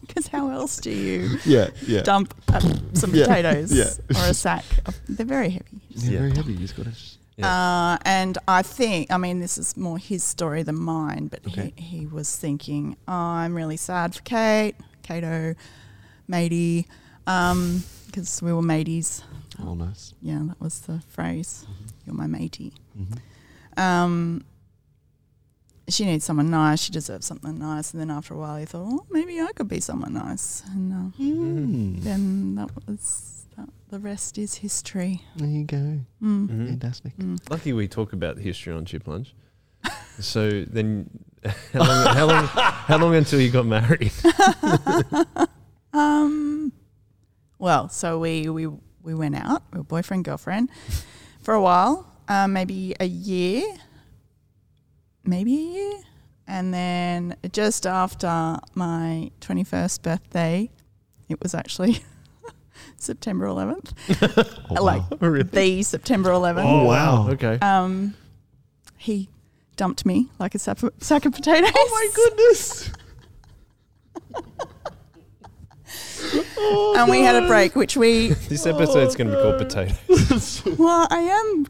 because how else do you Yeah, yeah. dump uh, some Yeah, potatoes yeah. or a sack? Of, they're very heavy. Yeah, Yeah. very heavy. You just got to. Uh, and I think, I mean, this is more his story than mine, but Okay. he, he was thinking, oh, I'm really sad for Kate, Kato, matey, because we were mateys. Oh, nice. Mm-hmm. Yeah, that was the phrase. You're my matey. Mhm. Um, she needs someone nice. She deserves something nice. And then after a while, he thought, well, maybe I could be someone nice. And uh, Mm. then that was that, the rest is history. There you go. Mm. Mhm. Fantastic. Mm. Lucky we talk about history on Chip Lunch. so then, how long, how long? How long until you got married? um, well, so we we we went out, we were boyfriend girlfriend, for a while, um, maybe a year, maybe a year, and then just after my twenty first birthday, it was actually September eleventh, Oh, like wow. really? the September eleventh. Oh, wow. Okay. Um, he dumped me like a sack of, sack of potatoes. Oh my goodness. And we had a break, which we This episode's going to be Oh, called Potato. Well, I am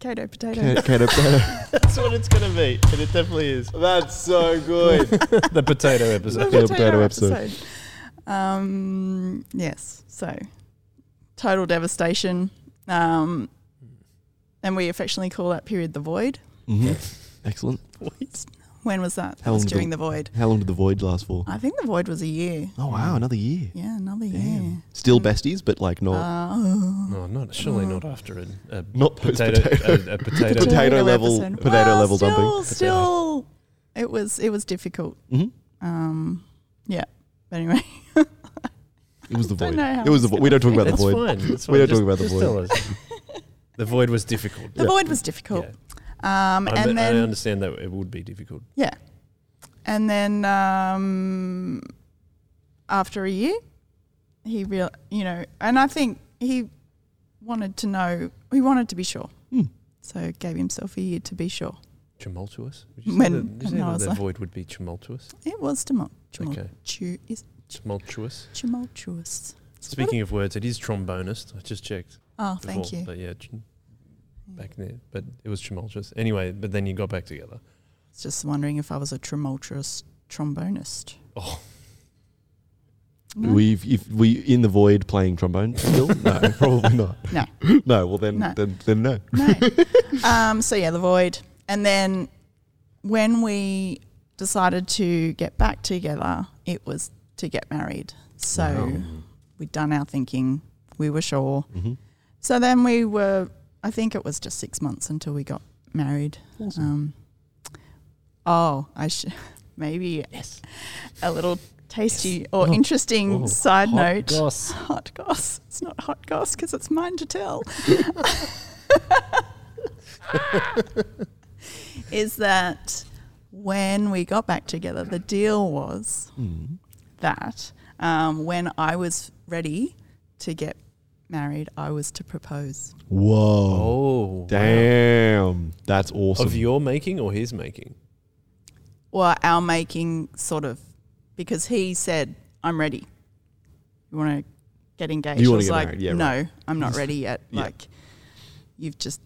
Kato potato. That's what it's going to be, and it definitely is That's so good. the potato The episode. Kato potato episode. Um, yes. So, total devastation. Um, and we affectionately call that period the void. Mm-hmm. Excellent. When was that? How That long was did during the- the void. How long did the void last for? I think the void was a year. Oh wow, another year. Yeah, another Damn. year. Still besties, but like not Uh, No, not surely not after a, a not potato, uh, post-potato. A, a potato. Potato level- episode. potato Well, level still, dumping. Still, it was it was difficult. Mhm. Um, yeah. But anyway, It was the Don't void. know how It was the it's void. We don't talk about the That's void. fine. That's We fine. don't talk about the just void. tell us. The void was difficult. the void was difficult. Yeah. Um, I, and be- then I understand that it would be difficult. Yeah. And then um, after a year, he real, you know, and I think he wanted to know, he wanted to be sure. Hmm. So gave himself a year to be sure. Tumultuous. Would you say When- that, did you say when I that was the like- void would be tumultuous? It was tumultuous. Okay. Tumultuous. Tumultuous. Tumultuous. Speaking of words, it is trombonist. I just checked. Oh, before, thank you. But yeah, tr- back there. But it was tumultuous. Anyway, but then you got back together. It's Just wondering if I was a tumultuous trombonist. Oh, No? We've if we in the void playing trombone still? No, probably not. No. No, well then No. then then no. No. um, so yeah, the void. And then when we decided to get back together, it was to get married. So Mm-hmm. we'd done our thinking. We were sure. Mhm. So then we were. I think it was just six months until we got married. Um, oh, I should maybe a little tasty or Oh. interesting Oh, side hot note. goss. Hot goss. It's not hot goss because it's mine to tell. Is that when we got back together, the deal was Mm-hmm. Oh, that um, when I was ready to get married, I was to propose. Whoa. oh Damn. That's awesome. Of your making or his making? Well, our making sort of because he said, I'm ready. You want to get engaged? You I wanna was get like, married, yeah, no, right. I'm not ready yet. Yeah. Like, you've just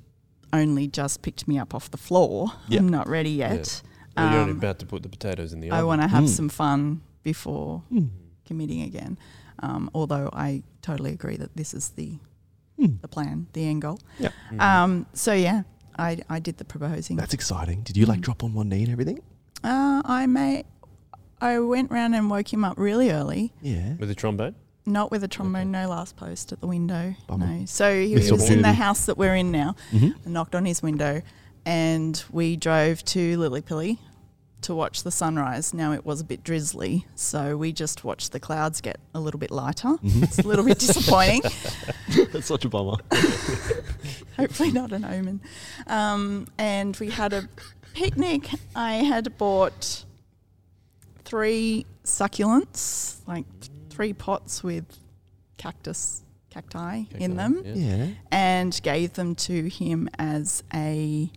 only just picked me up off the floor. Yeah. I'm not ready yet. Well, you're only Um, about to put the potatoes in the oven. Mm-hmm. I want to have Mm. some fun before Mm-hmm. committing again. Um, although I totally agree that this is the Hmm. the plan, the end goal. Yeah. Um, so yeah, I, I did the proposing. That's exciting. Did you like drop on one knee and everything? Uh, I may. I went round and woke him up really early, Yeah. With a trombone? not with a trombone, no last post at the window. Bummer. No. So he Missed was in the opportunity. house that we're in now. Mm-hmm. Mhm. I knocked on his window, and we drove to Lillipilly to watch the sunrise. Now it was a bit drizzly, so we just watched the clouds get a little bit lighter. Mm-hmm. it's a little bit disappointing. That's such a bummer. hopefully not an omen. Um, and we had a picnic. I had bought three succulents, like th- three pots with cactus cacti, in them, Yeah. and gave them to him as a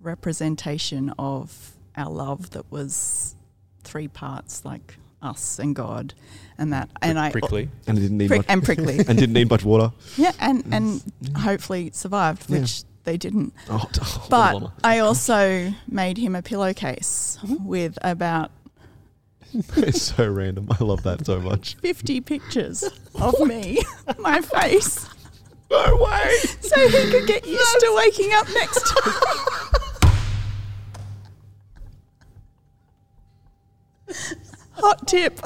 representation of our love that was three parts, like us and God, and that. And I Prickly. And it didn't need Prick much and prickly. and didn't need much water. Yeah, and and hopefully survived, Yeah. which they didn't. Oh, what a But bummer. I also made him a pillowcase with about it's so random. I love that so much. 50 pictures of me, my face, No way. so he could get used to waking up next time. Hot tip.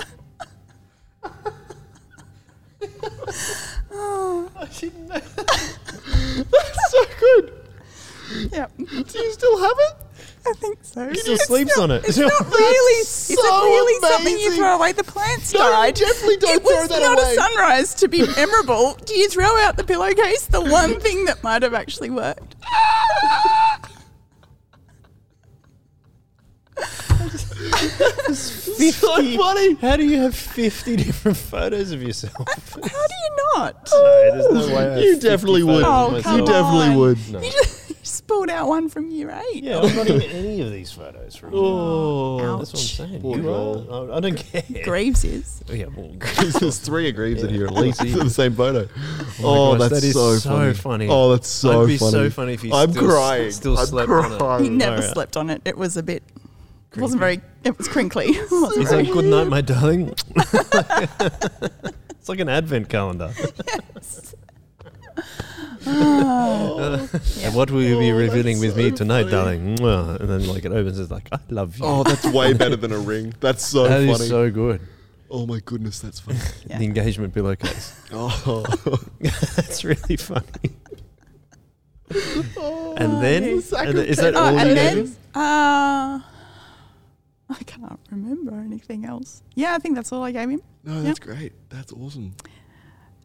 That's so good. Yep, Do you still have it? I think so. He still sleeps on it. It's not really. is it so really something you amazing. throw away? The plants No, you died. definitely don't it throw was that not away. a sunrise to be memorable. Do you throw out the pillowcase? The one thing that might have actually worked. so funny. How do you have 50 different photos of yourself? How do you not? no, there's no way. I have You 50 definitely would. photos of Oh, myself. come you definitely on. would. No. You just, you just pulled out one from year eight. Yeah, I'm not in any of these photos. From Oh, That's what I'm saying. Poor you girl. are. I I don't care. Graves is. Oh, Yeah, well, there's three agrees in here at least. Easy. It's the same photo. Oh, gosh, that's that is so, so funny. funny. Oh, that's so I'd be funny. so funny if you I'm still s- crying. still I'm slept on it. crying. He Oh, never Alright. slept on it. It was a bit. It wasn't very. It was crinkly. It wasn't It's very- like good night, my darling. it's like an advent calendar. And what will you be Oh, revealing that's with me so tonight, funny. darling? Mwah. And then like it opens, it's like I love you. Oh, that's way better than a ring. That's so that funny. is so good. oh my goodness, that's funny. Yeah. The engagement pillowcase. Oh, That's really funny. and then and is that Oh, all you and then gave him? uh, I can't remember anything else. Yeah, I think that's all I gave him. no, that's great. That's awesome.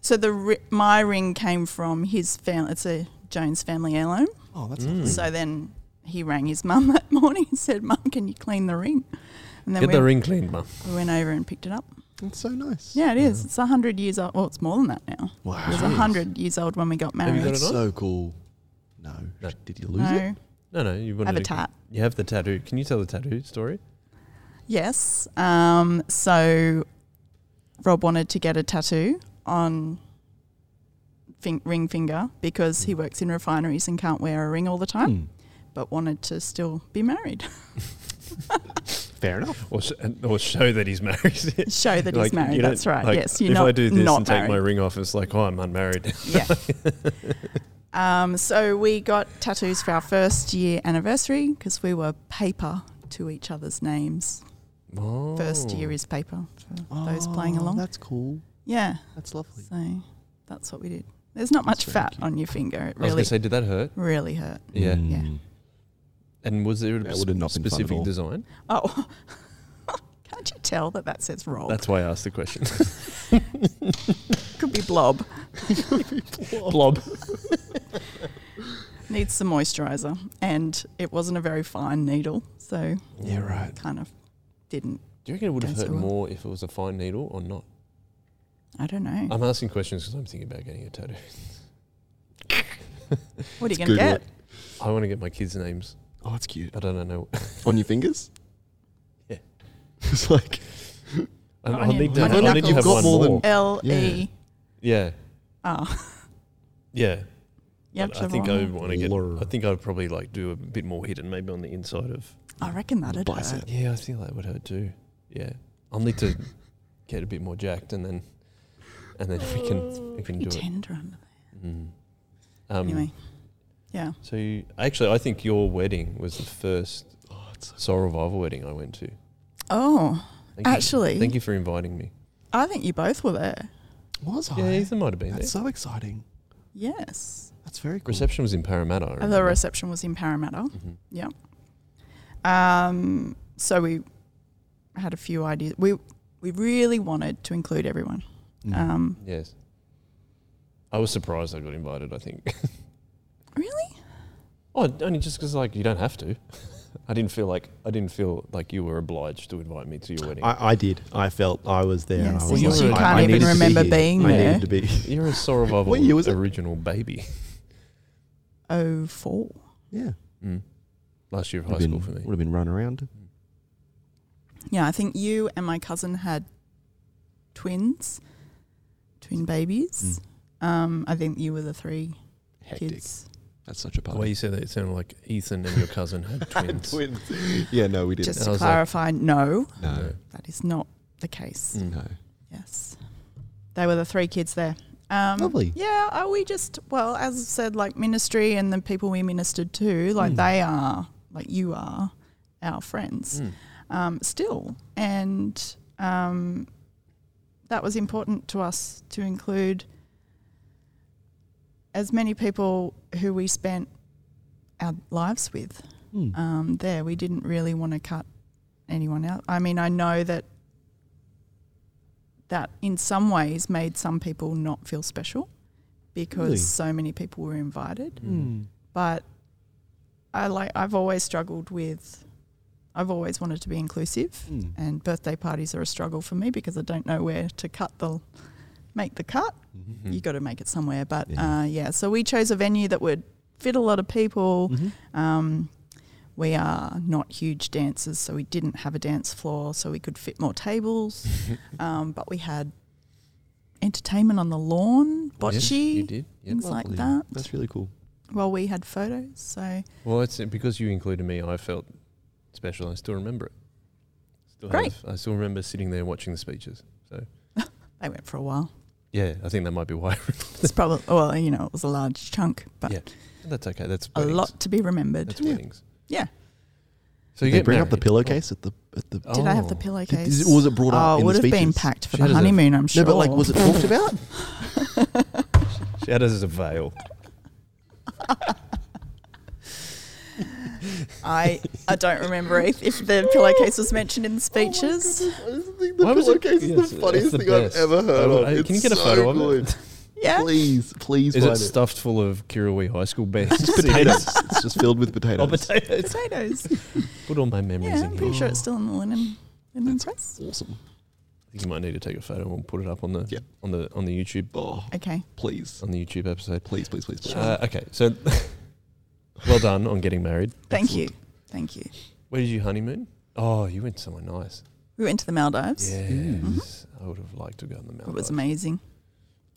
So the ri- my ring came from his family. It's a Jones family heirloom. Oh, that's Hmm. So then he rang his mum that morning and said, "Mum, can you clean the ring?" And then Get we, the ring cleaned, mum. we went over and picked it up. that's so nice. Yeah, it Mm-hmm. is. It's a hundred years old. Well, it's more than that now. Wow. It was a hundred years old when we got you married. got That's it on? so cool. No. No. Did you lose it? No, no, you no, wanted have a to- tat. You have the tattoo. Can you tell the tattoo story? Yes. Um, so Rob wanted to get a tattoo on fin- ring finger because Mm. he works in refineries and can't wear a ring all the time, Hmm. but wanted to still be married, Fair enough. Or, sh- and- or show that he's married. show that Like, he's married. you know, That's right. like, yes, you're if not I do this not and married. take my ring off, it's like, oh, I'm unmarried. yeah. um, so we got tattoos for our first year anniversary because we were paper to each other's names. Oh. First year is paper for those playing Oh, along. That's cool. yeah, That's lovely. so that's what we did. There's not much That's very fat cute. on your finger. It I was really, gonna say, did that hurt? really hurt. Yeah. Hmm. Yeah. And was there a That sp- would have not been fun at specific all. design? Oh, can't you tell that that says roll? That's why I asked the question. Could be blob. Blob. Needs some moisturizer, and it wasn't a very fine needle, so Yeah, right. kind of didn't. Do you reckon it would have Goes hurt well. more if it was a fine needle or not? I don't know. I'm asking questions because I'm thinking about getting a tattoo. what are you Let's going to Google get? it. I want to get my kids' names. Oh, that's cute. I don't know. On your fingers? Yeah. it's like I- On I'll your- need to on have, your I'll need to knuckles. have You've got one more more. than- L E Yeah, R. yeah. You have But to I have think one I more. want to get. Blur. I think I'd probably like do a bit more hidden, maybe on the inside of. I reckon that'd Bicep. hurt. Yeah, I think that would hurt too. Yeah, I'll need to get a bit more jacked, and then, and then we can we can Pretty do it. tender under there. Mm. Um, Anyway, yeah. So you, actually, I think your wedding was the first Oh, soul revival wedding I went to. Oh, Thank you- actually, thank you for inviting me. I think you both were there. was Yeah, I? Ethan might have been there. that's so exciting. Yes. That's very cool. Reception was in Parramatta. I And remember. the reception was in Parramatta. Mhm. Um, so we had a few ideas. We we really wanted to include everyone. Mm. Um, Yes. I was surprised I got invited, I think. Really? Oh, only just because, like, you don't have to. I didn't feel like I didn't feel like you were obliged to invite me to your wedding. I, I did. I felt I was there. and Yes, I was yes, you like, were- I- can't I even needed to be remember here. being I there. needed to be. You're a Sorovival What year was it? original baby. oh four. Yeah, Mm. Last year of would high have been, school for me. would have been run around. Yeah, I think you and my cousin had twins, twin Hmm. babies. Mm. Um, I think you were the three Hectic. kids. That's such a The way party. you said that, it sounded like Ethan and your cousin had twins. Twins. Yeah, no, we didn't. Just I to was like- clarify, no, no, that is not the case. Mm. no. Yes. They were the three kids there. Um, Lovely. Yeah, uh, we just, well, as I said, like ministry and the people we ministered to, like Mm. they are, like you are, our friends Mm. um, still. And um, that was important to us to include as many people who we spent our lives with Hmm. Mm. um, there. We didn't really want to cut anyone out. I mean, I know that that in some ways made some people not feel special because Really? so many people were invited. Mm. Mm. But I like I've always struggled with I've always wanted to be inclusive Mm. and birthday parties are a struggle for me because I don't know where to cut the make the cut Mm-hmm. Mhm. you got to make it somewhere. But Mm. Yeah. Uh, yeah, so we chose a venue that would fit a lot of people. Mhm. Um, we are not huge dancers, so we didn't have a dance floor, so we could fit more tables. um, but we had entertainment on the lawn, Oh, Yes, bocce, you did. Yep. things like Lovely. that. That's really cool. Well, we had photos, so Well, it's because you included me. I felt special. I still remember it. Still Great. have- I still remember sitting there watching the speeches. they went for a while. Yeah, I think that might be why. It's probably well, you know, it was a large chunk, but Yeah, That's okay. That's a weddings. lot to be remembered. That's Yeah. weddings. Yeah. So you they get bring up the married. pillowcase at the at the. Did I have the Oh. pillowcase? Is it- was it brought up Oh, in it the would have been speeches? packed for She the has a- honeymoon, i I'm sure. No, but like, was it talked about? She had us as a veil. I I don't remember if, if the pillowcase was mentioned in the Oh speeches. the Why was it- pillowcase yes, is that's the funniest the thing I've best. ever heard I would- of. I- It's can you get a so photo of it? good. yeah. Please, please Is find it stuffed full of Kirrawee High School bands? It's potatoes. it's just filled with potatoes. Oh, potatoes. Potatoes. Put all my memories Yeah, in I'm here. pretty sure it's still in the linen linen press. Awesome. I think you might need to take a photo and we'll put it up on the Yeah. on the on the YouTube Oh, Okay. please, on the YouTube episode. please, please, please, please. Uh, okay, so well done on getting married. Thank you. Thank you. Where did you honeymoon? Oh, you went somewhere nice. We went to the Maldives. Yes, I would have like to go on the mountain. Mm-hmm. It was amazing.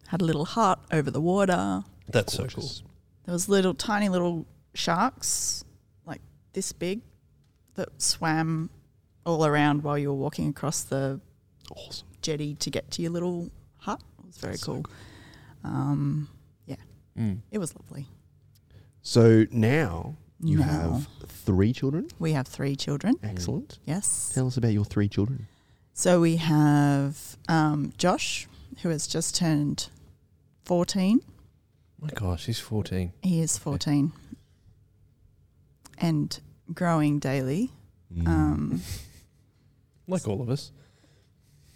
Had a little hut over the water. That's so cool. Gorgeous. There was little tiny little sharks, like this big, that swam all around while you were walking across the Awesome. jetty to get to your little hut. It was very That's so cool. Um, Mm. it was lovely. So now you Now have three children. we have three children. Excellent. Yes. Tell us about your three children. So we have um, Josh, who has just turned fourteen. My gosh, he's 14. He is fourteen, and growing daily. Mm. Um, Like all of us.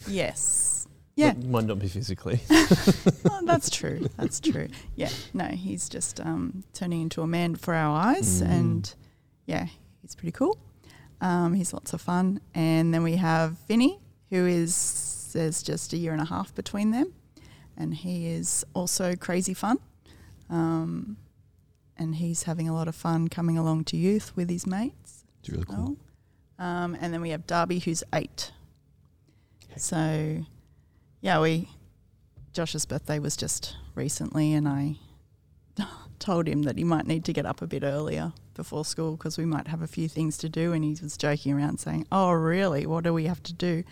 yes. Yeah. But Might not be physically. Oh, that's true. That's true. Yeah. No, he's just um, turning into a man for our eyes, Mm-hmm. Mm. and yeah, he's pretty cool. Um, he's lots of fun, and then we have Vinny, who is there's just a year and a half between them, and he is also crazy fun, um, and he's having a lot of fun coming along to youth with his mates. it's really cool. Noel. Um, and then we have Darby, who's eight. So, yeah, we Josh's birthday was just recently, and I told him that he might need to get up a bit earlier before school because we might have a few things to do. And he was joking around saying, "Oh, really? What do we have to do?"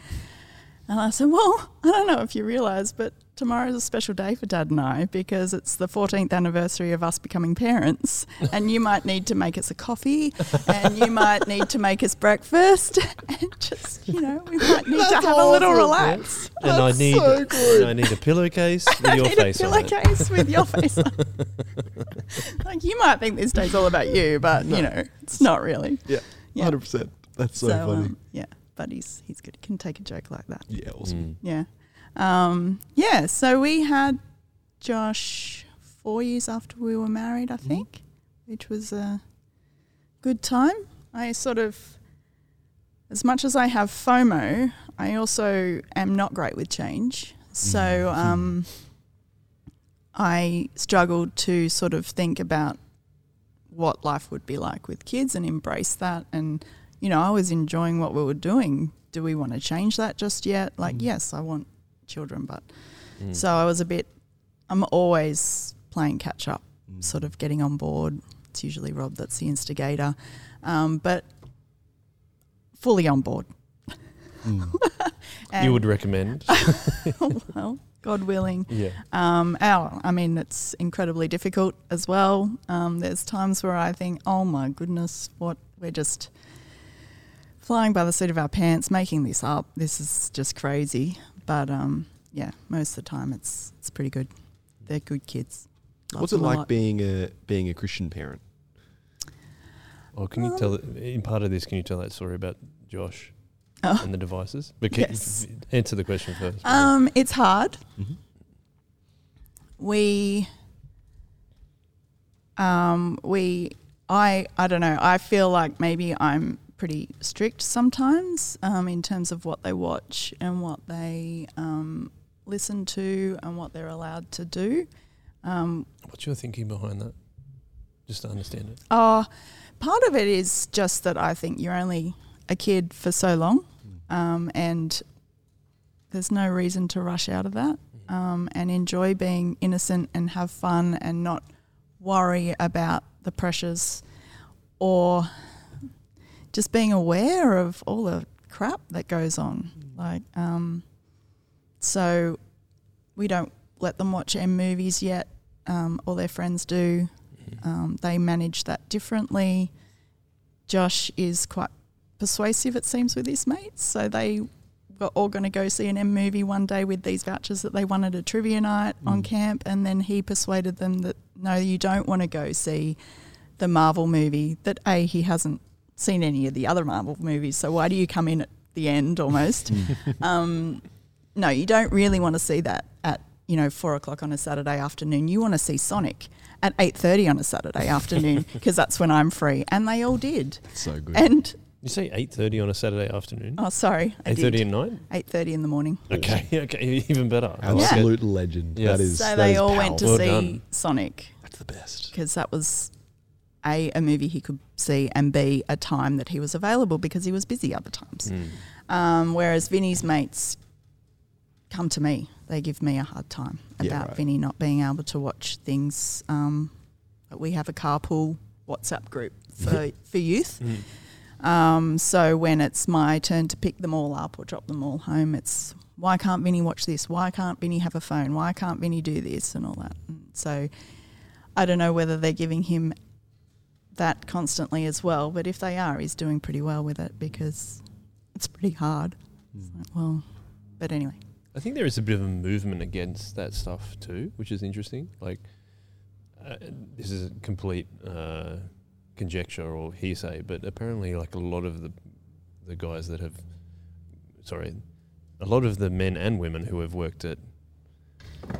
And I said, "Well, I don't know if you realise, but tomorrow's a special day for Dad and I because it's the 14th anniversary of us becoming parents, and you might need to make us a coffee, and you might need to make us breakfast, and just you know, we might need to have That's a little awesome. relax." and I That's need so good. and I need a pillowcase with your need a face on it. pillowcase with your face on it. like you might think this day's all about you, but you know it's not really. Yeah, Yeah. hundred percent. That's so, funny. um, yeah, but he's he's good. He can take a joke like that. yeah, awesome. Yeah, um, yeah. So we had Josh four years after we were married, I think, which was a good time. I sort of, as much as I have FOMO, I also am not great with change. So um, I struggled to sort of think about what life would be like with kids and embrace that. And, you know, I was enjoying what we were doing. Do we want to change that just yet? Mm. Like, yes, I want children, but. Mm. So I was a bit, I'm always playing catch up, Mm. Mm. sort of getting on board. It's usually Rob that's the instigator, um, but fully on board. Mm. You would recommend? well, God willing. yeah. Um, our, I mean, it's incredibly difficult as well. Um, there's times where I think, oh my goodness, what we're just flying by the seat of our pants, making this up. This is just crazy. But um, yeah, most of the time it's it's pretty good. They're good kids. Love What's it them a like lot. being a being a Christian parent? Oh, can Uh. you tell in part of this? Can you tell that story about Josh Oh. and the devices? But can, Yes. answer the question first. Um, it's hard. Mhm. We, um, we, I, I don't know. I feel like maybe I'm pretty strict sometimes um, in terms of what they watch and what they um, listen to and what they're allowed to do. Um, What's your thinking behind that? Just to understand it. Oh, part of it is just that I think you're only a kid for so long, um, and there's no reason to rush out of that um, and enjoy being innocent and have fun and not worry about the pressures or just being aware of all the crap that goes on. Like, um, so we don't let them watch M movies yet. Um, all their friends do. Um, they manage that differently. Josh is quite persuasive, it seems, with his mates. So they were all going to go see an M movie one day with these vouchers that they won at a trivia night on camp. And then he persuaded them that, no, you don't want to go see the Marvel movie, that A, he hasn't seen any of the other Marvel movies. So why do you come in at the end almost? Mm. um, no, you don't really want to see that at you know four o'clock on a Saturday afternoon. You want to see Sonic at eight thirty on a Saturday afternoon because that's when I'm free. And they all did. It's so good. And You say eight thirty on a Saturday afternoon. oh, sorry, I Eight thirty at did. night. Eight thirty in the morning. Okay, okay, even better. I like it. Absolute legend. Yeah. That is. So that they is all went to Well powerful. see done. Sonic That's the best. because that was a a movie he could see and b a time that he was Hmm. available because he was busy other times. Um, whereas Vinny's mates come to me. They give me a hard time Yeah, about right. Vinny not being able to watch things. Um, but we have a carpool WhatsApp group for, for youth. Mm. Um, so when it's my turn to pick them all up or drop them all home, it's why can't Vinny watch this? Why can't Vinny have a phone? Why can't Vinny do this and all that? And so I don't know whether they're giving him that constantly as well, but if they are, he's doing pretty well with it because it's pretty hard. It's like, well, but anyway, I think there is a bit of a movement against that stuff too, which is interesting. Like, uh, this is a complete uh, conjecture or hearsay, but apparently, like a lot of the the guys that have, sorry, a lot of the men and women who have worked at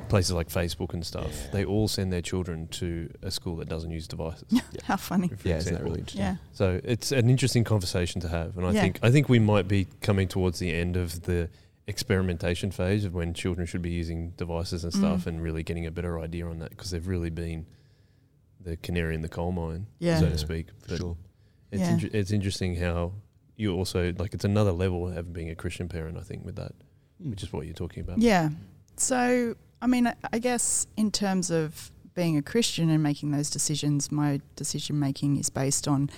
places like Facebook and stuff, Yeah. they all send their children to a school that doesn't use devices. how funny. for Yeah, isn't that example. really interesting? Yeah. So it's an interesting conversation to have, and I Yeah. think I think we might be coming towards the end of the experimentation phase of when children should be using devices and stuff, Mm. and really getting a better idea on that because they've really been the canary in the coal mine, Yeah. so Yeah, to speak. For But sure. it's Yeah. inter- it's interesting how you also like it's another level of being a Christian parent. I think with that, which is what you're talking about. Yeah. So, I mean, I- I guess in terms of being a Christian and making those decisions, my decision making is based on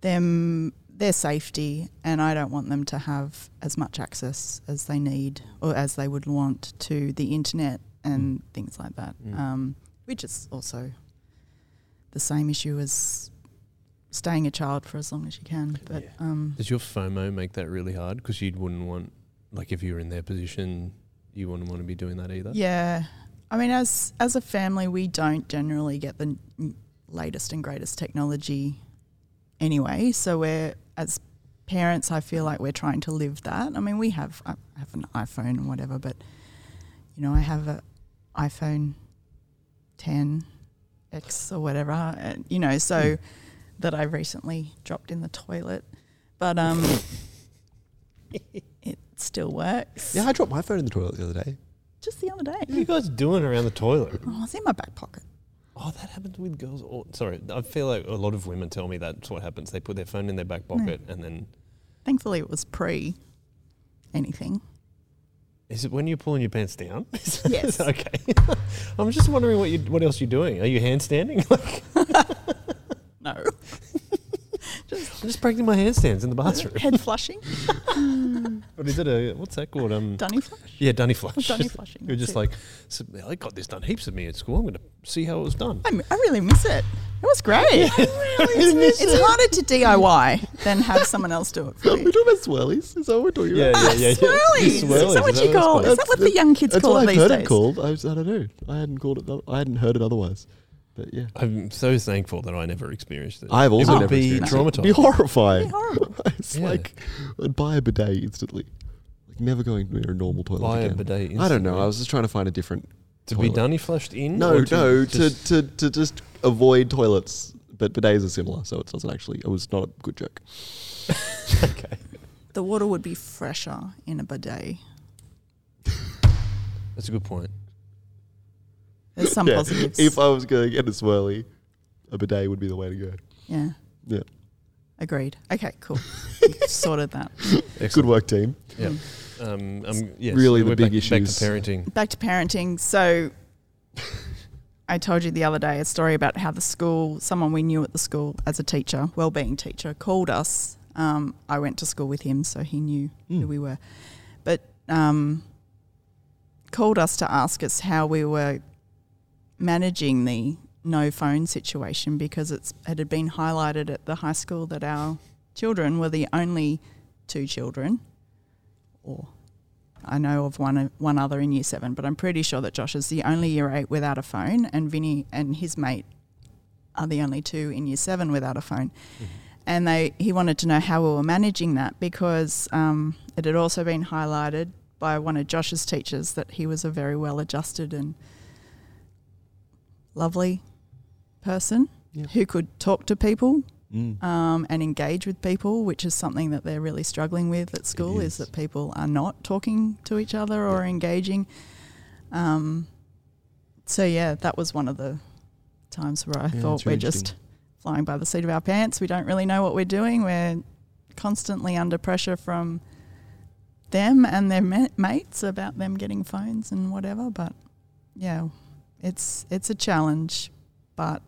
them their safety and I don't want them to have as much access as they need or as they would want to the internet and things like that. Mm. Um, which is also the same issue as staying a child for as long as you can. But Yeah. um, Does your FOMO make that really hard? Because you wouldn't want like if you were in their position, you wouldn't want to be doing that either. Yeah, I mean, as as a family, we don't generally get the n- latest and greatest technology anyway. So we're as parents, I feel like we're trying to live that. I mean, we have I have an iPhone and whatever, but you know, I have a iPhone ten X or whatever, and, you know, so that I recently dropped in the toilet, but um. It still works. Yeah, I dropped my phone in the toilet the other day. Just the other day. What are you guys doing around the toilet? Oh, it's in my back pocket. Oh, that happens with girls. All, sorry, I feel like a lot of women tell me that's what happens. They put their phone in their back No. pocket, and then Thankfully, it was pre anything. is it when you're pulling your pants down? Yes. okay. I'm just wondering what you what else you're doing. Are you handstanding? No. I'm just practicing my handstands in the bathroom. Head flushing, What is it? A what's that called? Um, dunny flush, yeah, dunny flush. dunny flushing. You're just that's it. like, "So, I got this done heaps of me at school. I'm going to see how it was done. I'm- I really miss it. It was great. it's it's harder to DIY than have someone else do it for Are we you. talking about swirlies? Is that what we're talking about? Swirlies. Is that what you call? Is that what the young kids That's call what it I've these heard days? it called. I, was, I don't know. I hadn't called it. tho- I hadn't heard it otherwise. But yeah, I'm so thankful that I never experienced it. I've also it would never be experienced it. It'd traumatized. Be horrifying. It'd be horrible. it's Yeah. like I'd buy a bidet instantly. Like never going near a normal toilet Buy a again. bidet I don't know. instantly. I was just trying to find a different To toilet. be dunny flushed in? No, or no, just- to, to, to just avoid toilets. But bidets are similar, so it doesn't actually. It was not a good joke. okay. The water would be fresher in a bidet. That's a good point. There's some Yeah, positives. If I was going to get a swirly, a bidet would be the way to go. yeah. Yeah. Agreed. Okay, cool. Sorted that. Good work, team. Yeah. Um, um, yes, Really so the we're back, Back big to issues. parenting. back to parenting. So I told you the other day a story about how the school, someone we knew at the school as a teacher, well-being teacher, called us. Um, I went to school with him, so he knew Hmm. who we were, but um, called us to ask us how we were managing the no phone situation because it's it had been highlighted at the high school that our children were the only two children, or I know of one one other in year seven, but I'm pretty sure that Josh is the only year eight without a phone, and Vinny and his mate are the only two in year seven without a phone. And they he wanted to know how we were managing that because um, it had also been highlighted by one of Josh's teachers that he was a very well adjusted and lovely person Yeah. who could talk to people Mm. um, and engage with people, which is something that they're really struggling with at school, is. is. that people are not talking to each other or engaging. Um, so yeah, that was one of the times where I Yeah, thought that's we're really just flying by the seat of our pants. We don't really know what we're doing. We're constantly under pressure from them and their ma- mates about them getting phones and whatever. But yeah, it's it's a challenge, but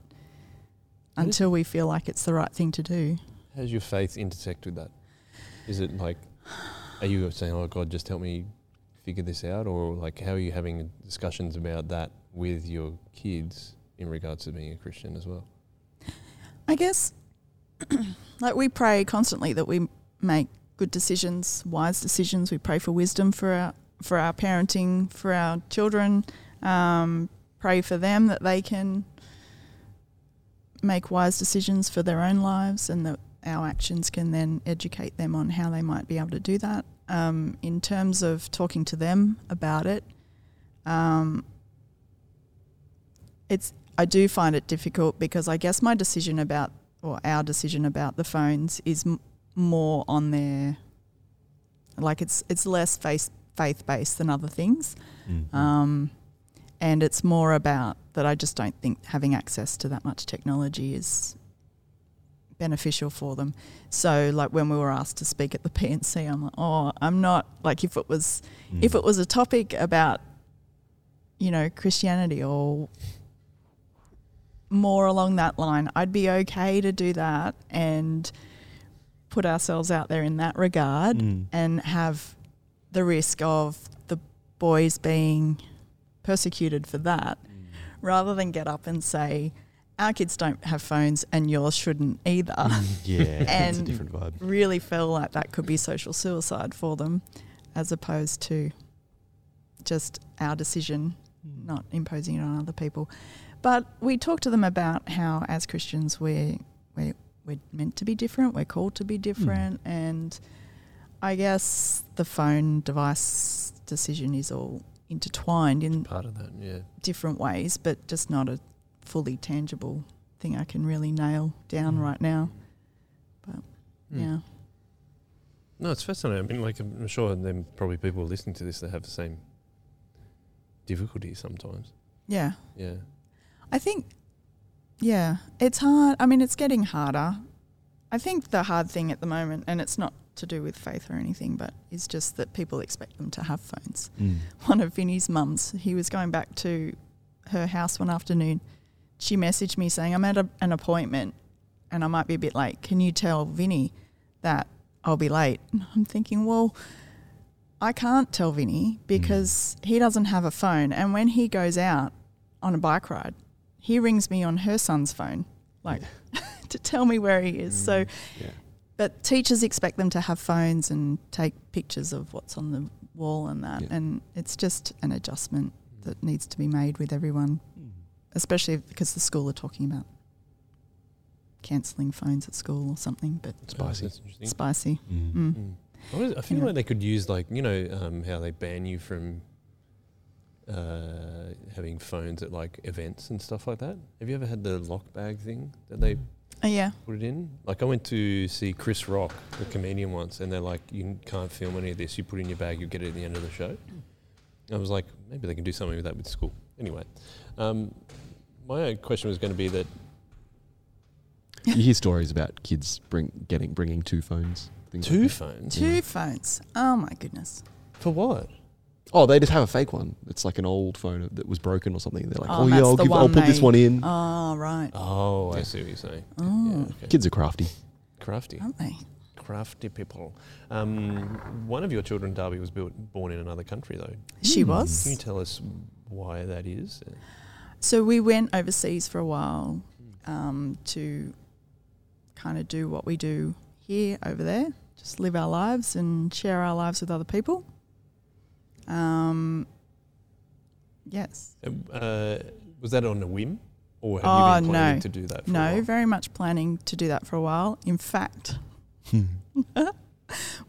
It is. until we feel like it's the right thing to do, How does your faith intersect with that? Is it like, are you saying, "Oh God, just help me figure this out," or like, how are you having discussions about that with your kids in regards to being a Christian as well? I guess like we pray constantly that we make good decisions, wise decisions. We pray for wisdom for our for our parenting, for our children. Um, pray for them that they can make wise decisions for their own lives, and that our actions can then educate them on how they might be able to do that. Um, in terms of talking to them about it, um, it's I do find it difficult because I guess my decision about or our decision about the phones is m- more on their like it's it's less faith faith based than other things, Mm. um, and it's more about that I just don't think having access to that much technology is beneficial for them. So like when we were asked to speak at the PNC, I'm like, oh, I'm not like if it was Mm. Mm. if it was a topic about you know Christianity or more along that line, I'd be okay to do that and put ourselves out there in that regard Mm. Mm. and have the risk of the boys being persecuted for that Mm. rather than get up and say our kids don't have phones and yours shouldn't either yeah, it's a And- different vibe. really feel like that could be social suicide for them as opposed to just our decision, not imposing it on other people. But we talk to them about how, as Christians, we're, we're, we're meant to be different, we're called to be different, and I guess the phone device decision is all intertwined in Part of that, yeah. different ways, but just not a fully tangible thing I can really nail down right now. But Hmm. yeah. No, it's fascinating. I mean, like I'm sure then probably people listening to this that have the same difficulty sometimes. Yeah. Yeah. I think, yeah, it's hard. I mean, it's getting harder. I think the hard thing at the moment, and it's not to do with faith or anything, but is just that people expect them to have phones. Mm. One of Vinny's mums, he was going back to her house one afternoon. She messaged me saying, I'm at a, an appointment and I might be a bit late. Can you tell Vinny that I'll be late? And I'm thinking, well, I can't tell Vinny because he doesn't have a phone. And when he goes out on a bike ride, he rings me on her son's phone, like to tell me where he Hmm. is. Mm. So, yeah. but teachers expect them to have phones and take pictures of what's on the wall and that. Yeah. And it's just an adjustment that needs to be made with everyone, Mm. especially because the school are talking about cancelling phones at school or something, but Spicy. That's interesting. spicy. Mm. Mm. Mm. I, was- I feel Yeah. like they could use like you know um, how they ban you from uh, having phones at like events and stuff like that. Have you ever had the lock bag thing that they Oh, yeah. put it in? Like I went to see Chris Rock, the comedian, once, and they're like, "You can't film any of this. You put it in your bag. You get it at the end of the show." I was like, maybe they can do something with that with school. Anyway, um, my own question was going to be that You hear stories about kids bring getting bringing two phones. things like two that. phones Two phones. Oh, my goodness. for what? Oh, they just have a fake one. It's like an old phone that was broken or something. They're like, Oh, oh, yeah, that's I'll, the give, I'll one put this they- one in. Oh, right. Oh, I Yeah. see what you're saying. Mm. Oh, okay. Kids are crafty. crafty. aren't they? crafty people. Um, one of your children, Darby, was built, born in another country, though. She Can you Hmm. was. tell us why that is? So we went overseas for a while um, to kind of do what we do here over there, just live our lives and share our lives with other people. Um, yes. Um, Uh, was that on a whim, or have Oh, you been planning no. to do that? For a No, while? very much planning to do that for a while. In fact, Oh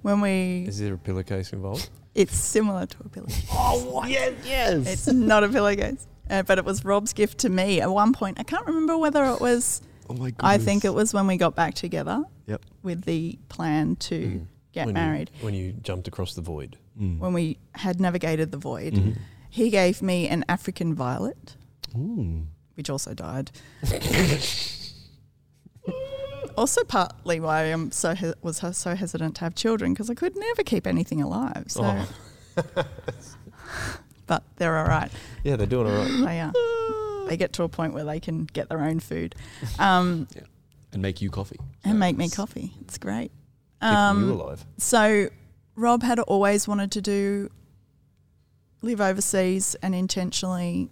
when we, Is there a pillowcase involved? it's similar to a pillowcase. Oh, what? Yes. yes. It's not a pillowcase. Uh, but it was Rob's gift to me at one point. I can't remember whether it was oh, my goodness. I think it was when we got back together. Yep. With the plan to Mm. get when married. You, when you jumped across the void. Mm. When we had navigated the void, Mm-hmm. Mhm. he gave me an African Mm. violet, Ooh. which also died. also partly why I'm so he- was he- so hesitant to have children because I could never keep anything alive. So, Oh. but they're all right. Yeah, they're doing all right. They are. They get to a point where they can get their own food, um, and make you coffee and make me coffee. It's great. Keeping Um, you alive. so Rob had always wanted to do live overseas and intentionally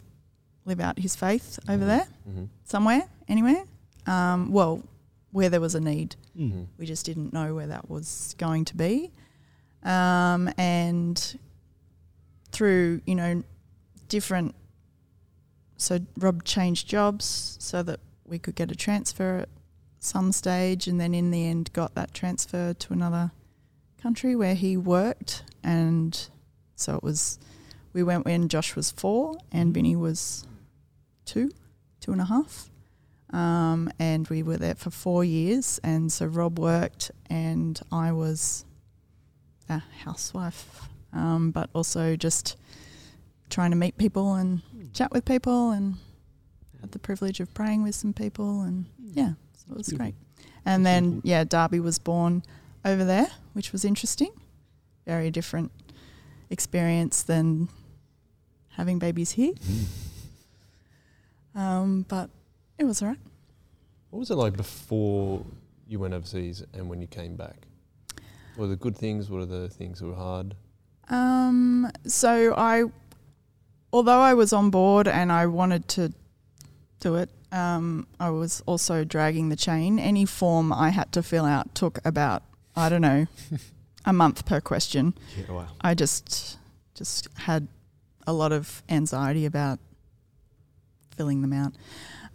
live out his faith over there Mhm. somewhere anywhere um, well where there was a need Mm. Mhm. we just didn't know where that was going to be um, and through you know different so rob changed jobs so that we could get a transfer at some stage and then in the end got that transfer to another country where he worked and so it was we went when josh was four and vinny was two two and a half um, and we were there for four years and so rob worked and i was a housewife um, but also just trying to meet people and Mm. chat with people and had the privilege of praying with some people and yeah so it was beautiful. great and That's then beautiful. yeah darby was born over there which was interesting very different experience than having babies here Mm. um, but it was all right What was it like before you went overseas and when you came back? What are the good things? What are the things that were hard? Um, so I, although I was on board and I wanted to do it, um, I was also dragging the chain. Any form I had to fill out took about, I don't know, a month per question. yeah wow I just, just had a lot of anxiety about filling them out,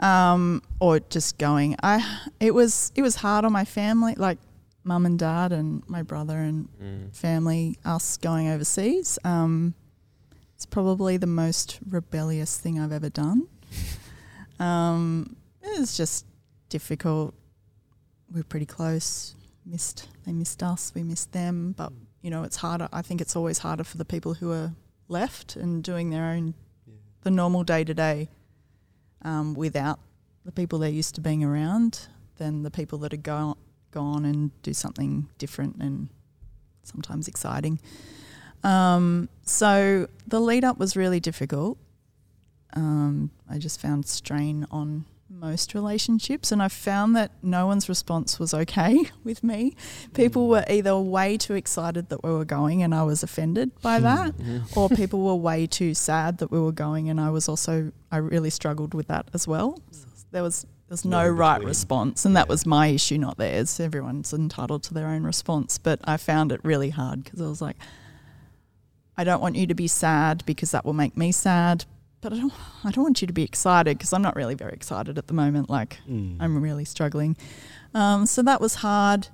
um, or just going. I, it was, it was hard on my family, like mum and dad and my brother and family, us going overseas. Um, it's probably the most rebellious thing I've ever done. Um, it was just difficult. We are pretty close. Missed they missed us. We missed them. But you know, it's harder. I think it's always harder for the people who are left and doing their own, Yeah. the normal day to day, um, without the people they're used to being around, than the people that are go- gone and do something different and sometimes exciting. Um, so the lead up was really difficult. Um, I just found strain on most relationships, and I found that no one's response was okay with me. People were either way too excited that we were going, and I was offended by that, Mm. or people were way too sad that we were going, and I was also I really struggled with that as well. So there was there's No no in right between. response, and that Yeah. was my issue, not theirs. Everyone's entitled to their own response, but I found it really hard because I was like, I don't want you to be sad because that will make me sad, but I don't I don't want you to be excited because I'm not really very excited at the moment. Like Mm. I'm really struggling. Um, so that was hard.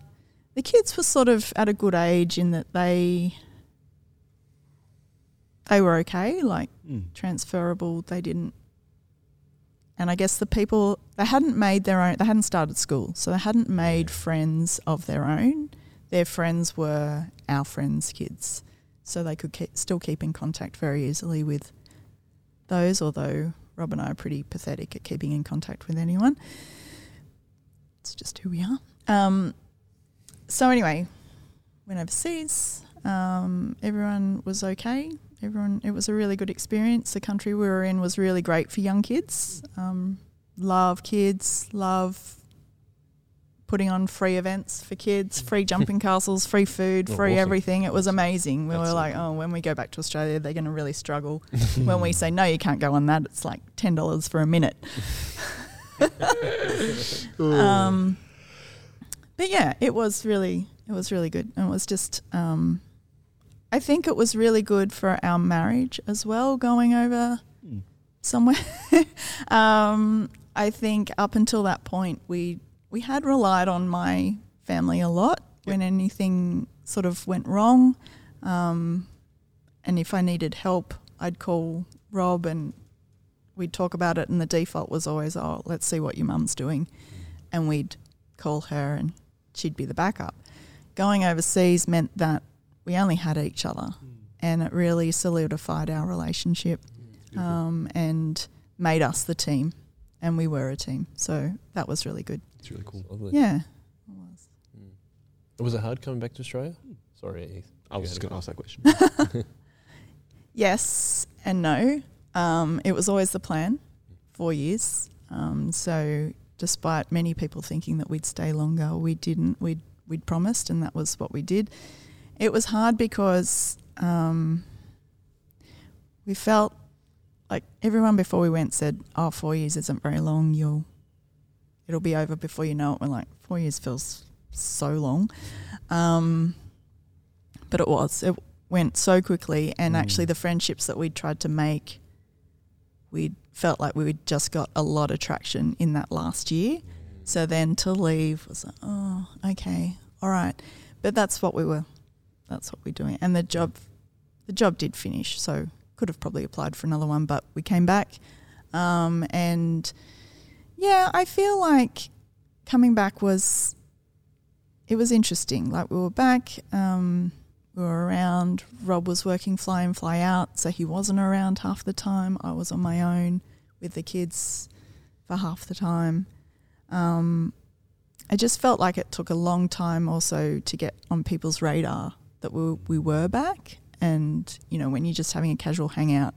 The kids were sort of at a good age in that they they were okay, like Mm. transferable. They didn't, and I guess the people they hadn't made their own. They hadn't started school, so they hadn't made friends of their own. Their friends were our friends' kids, so they could keep, still keep in contact very easily with those. Although Rob and I are pretty pathetic at keeping in contact with anyone. It's just who we are. Um, so anyway, went overseas. Um, everyone was okay everyone it was a really good experience the country we were in was really great for young kids um, love kids love putting on free events for kids free jumping castles free food Oh, free awesome. everything it was amazing we were That's like awesome. oh when we go back to australia they're going to really struggle when we say no you can't go on that it's like $10 for a minute Uh. um, but yeah, it was really it was really good. And it was just um, I think it was really good for our marriage as well going over Mm. somewhere. um, I think up until that point we we had relied on my family a lot when anything sort of went wrong. Um, and if I needed help, I'd call Rob and we'd talk about it and the default was always, Oh, let's see what your mum's doing and we'd call her and she'd be the backup. Going overseas meant that we only had each other and it really solidified our relationship um, and made us the team and we were a team. So that was really good. it's really cool Lovely. Yeah. I was. Mm. Was it hard coming back to Australia? Sorry, Heath. I was Yeah. just going to ask that question. Yes and no. Um, it was always the plan, four years. Um, so, despite many people thinking that we'd stay longer, we didn't. We'd we'd promised, and that was what we did. It was hard because um, we felt like everyone before we went said, "Oh, four years isn't very long. You'll it'll be over before you know it." We're like, four years feels so long, um, but it was. It went so quickly and Mm. actually the friendships that we tried to make we felt like we would just got a lot of traction in that last year Mm. so then to leave was like oh okay all right but that's what we were that's what we're doing and the job the job did finish so could have probably applied for another one but we came back um, and yeah i feel like coming back was it was interesting like we were back um, we were around. Rob was working fly in, fly out, so he wasn't around half the time. I was on my own with the kids for half the time. Um, I just felt like it took a long time also to get on people's radar that we, we were back. And, you know, when you're just having a casual hangout,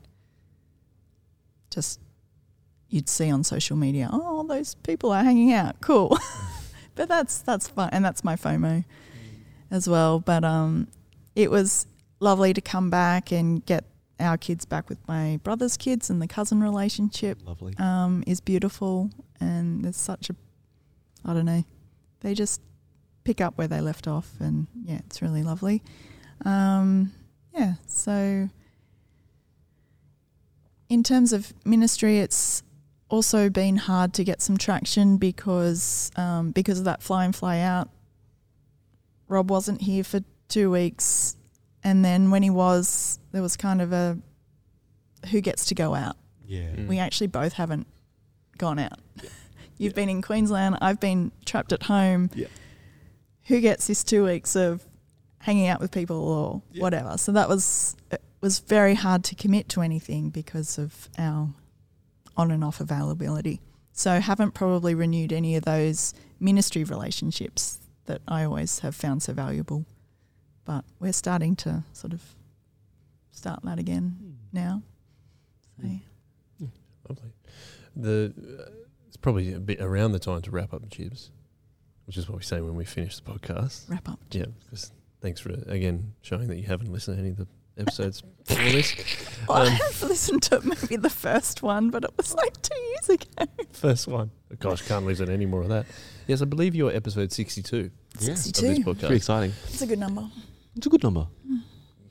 just you'd see on social media, oh, those people are hanging out. Cool. but that's, that's fun. And that's my FOMO as well. But, um, it was lovely to come back and get our kids back with my brother's kids and the cousin relationship Lovely. um, is beautiful and there's such a I don't know they just pick up where they left off and yeah it's really lovely um, yeah so in terms of ministry it's also been hard to get some traction because um, because of that fly in fly out Rob wasn't here for two weeks and then when he was there was kind of a who gets to go out Yeah. Mm. we actually both haven't gone out. Yeah. You've Yeah. been in Queensland, I've been trapped at home. Yeah. Who gets this two weeks of hanging out with people or Yeah. whatever? So that was it was very hard to commit to anything because of our on and off availability. So haven't probably renewed any of those ministry relationships that I always have found so valuable. But we're starting to sort of start that again now. So, Mm. Lovely. The uh, it's probably a bit around the time to wrap up jibs, which is what we say when we finish the podcast. wrap up. Yeah, because thanks for again showing that you haven't listened to any of the episodes before this. Well, Um, I've listened to maybe the first one, but it was like two years ago. First one. Gosh, can't listen to any more of that. Yes, I believe you're episode sixty-two Yeah. of this Pretty 62. podcast. exciting. It's a good number. It's a good number.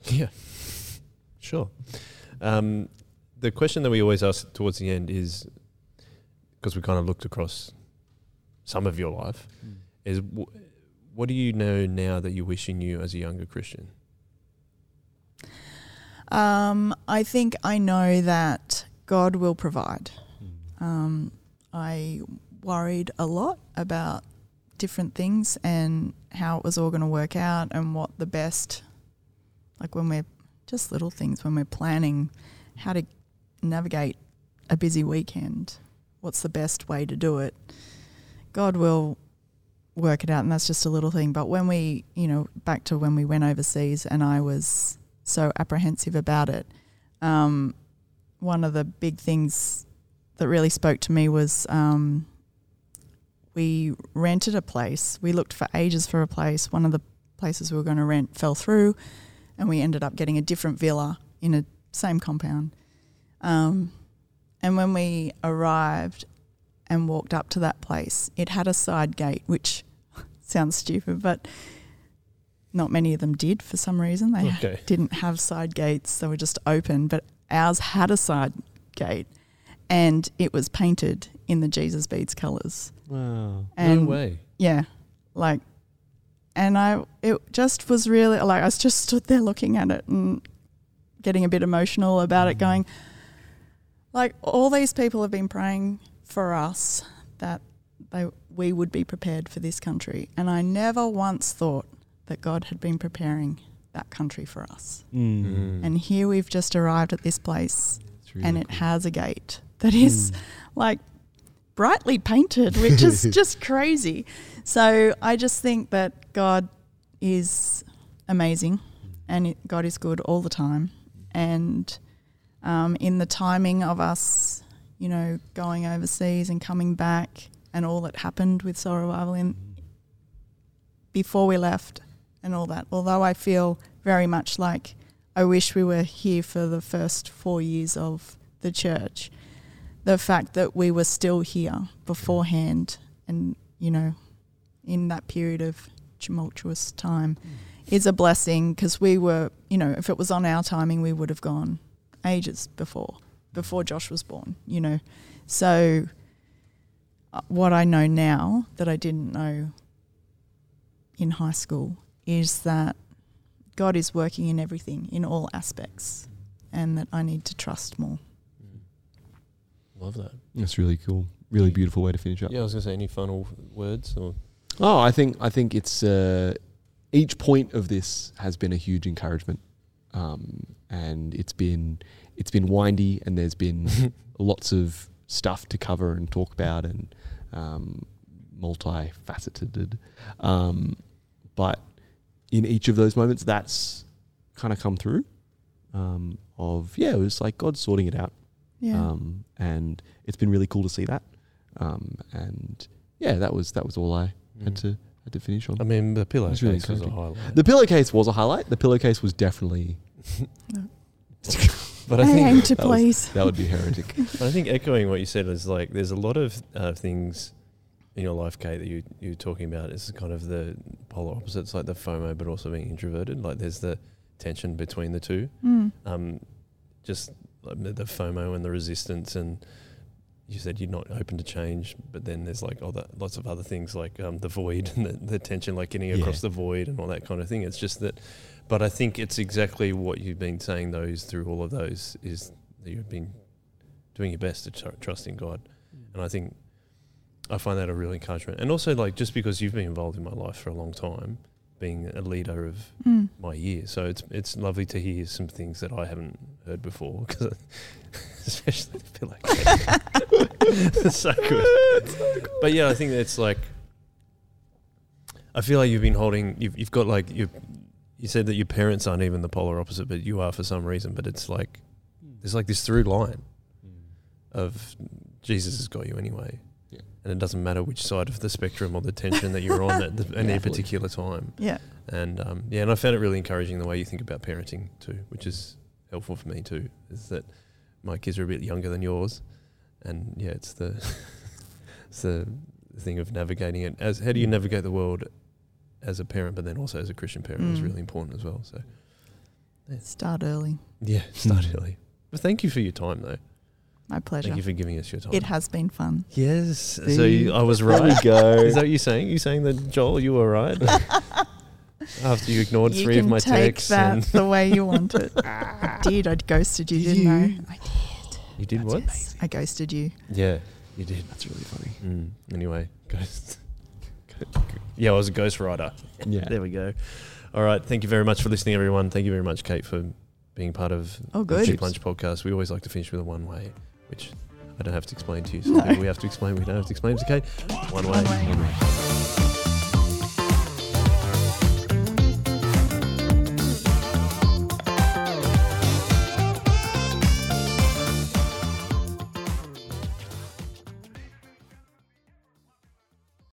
Yeah, sure. Um, the question that we always ask towards the end is because we kind of looked across some of your life. is w- what do you know now that you wish you knew as a younger Christian? Um, I think I know that God will provide. Um, I worried a lot about different things and how it was all going to work out and what the best, like when we're just little things, when we're planning how to navigate a busy weekend, what's the best way to do it. God will work it out, and that's just a little thing. But when we, you know, back to when we went overseas and I was so apprehensive about it, um, one of the big things that really spoke to me was um, we rented a place. We looked for ages for a place. One of the places we were going to rent fell through, and we ended up getting a different villa in a same compound. Um, and when we arrived and walked up to that place, it had a side gate, which sounds stupid, but not many of them did for some reason. They Okay. didn't have side gates, they were just open, but ours had a side gate and it was painted in the Jesus beads colors. Wow. And no way. yeah, like, and I, it just was really like, I was just stood there looking at it and getting a bit emotional about it, going, like, all these people have been praying for us that they, we would be prepared for this country. And I never once thought that God had been preparing that country for us. Mm. Mm. And here we've Mm. just arrived at this place and it has a gate that is like brightly painted, which is just crazy. So I just think that God is amazing and it, God is good all the time. And um, in the timing of us, you know, going overseas and coming back and all that happened with Soul Revival Mm. in, before we left and all that. Although I feel very much like I wish we were here for the first four years of the church. The fact that we were still here beforehand and, you know, in that period of tumultuous time is a blessing because we were, you know, if it was on our timing, we would have gone ages before, before Josh was born, you know. So uh, what I know now that I didn't know in high school is that God is working in everything, in all aspects, and that I need to trust more. Mm. Love that. That's really cool. Really beautiful way to finish up. Yeah, I was going to say, any final words? Or Oh, I think I think it's uh, each point of this has been a huge encouragement, um, and it's been it's been windy, and there's been lots of stuff to cover and talk about, and um, multifaceted. Um, but in each of those moments, that's kind of come through. Um, of yeah, it was like God's sorting it out. Yeah. Um, and it's been really cool to see that. Um, and yeah, that was that was all I had to had to finish on. I mean, the pillowcase really was a encouraging. highlight. Mm. Um, the pillowcase was a highlight. The pillowcase was definitely but I I think aim to that was- please. that would be heretic. I think echoing what you said is like there's a lot of uh, things in your life, Kate, that you you're talking about. It's kind of the polar opposites, like the FOMO, but also being introverted. Like there's the tension between the two. Mm. Um, just like the the FOMO and the resistance, and you said you're not open to change, but then there's like all that lots of other things like um, the void and the, the tension, like getting across the void and all that kind of thing. It's just that, but I think it's exactly what you've been saying. Those through all of those is that you've been doing your best to tr- trust in God. And I think I find that a real encouragement. And also, like, just because you've been involved in my life for a long time, being a leader of Mm. my year. So it's it's lovely to hear some things that I haven't heard before, 'cause especially the pillow. it's so good. But yeah, I think that's like. I feel like you've been holding. You've you've got like you. You said that your parents aren't even the polar opposite, but you are for some reason. But it's like there's like this through line of Jesus has got you anyway. Yeah. And it doesn't matter which side of the spectrum or the tension that you're on at the, any Definitely. particular time. Yeah. And um, yeah, and I found it really encouraging the way you think about parenting too, which is helpful for me too. Is that my kids are a bit younger than yours, and yeah, it's the it's the thing of navigating it. As how do you navigate the world as a parent, but then also as a Christian parent is Mm. really important as well. So Start early. yeah, start early. But thank you for your time though. My pleasure. Thank you for giving us your time. It has been fun. yes. So See? you, I was There right. we go. Is that what you're saying? You saying that Joel, you were right after you ignored you three can of my take texts. that Ah, and the way you want it. I did. I ghosted you, didn't You- I? I did. you did what? I ghosted you. Yeah, you did. That's really funny. Mm. Anyway, ghost. yeah, I was a ghost writer. Yeah. There we go. All right. Thank you very much for listening, everyone. Thank you very much, Kate, for being part of Oh, the good. Cheap Lunch podcast. We always like to finish with a one way, which I don't have to explain to you. So No. we have to explain. We don't have to explain it to Kate. One way. One way.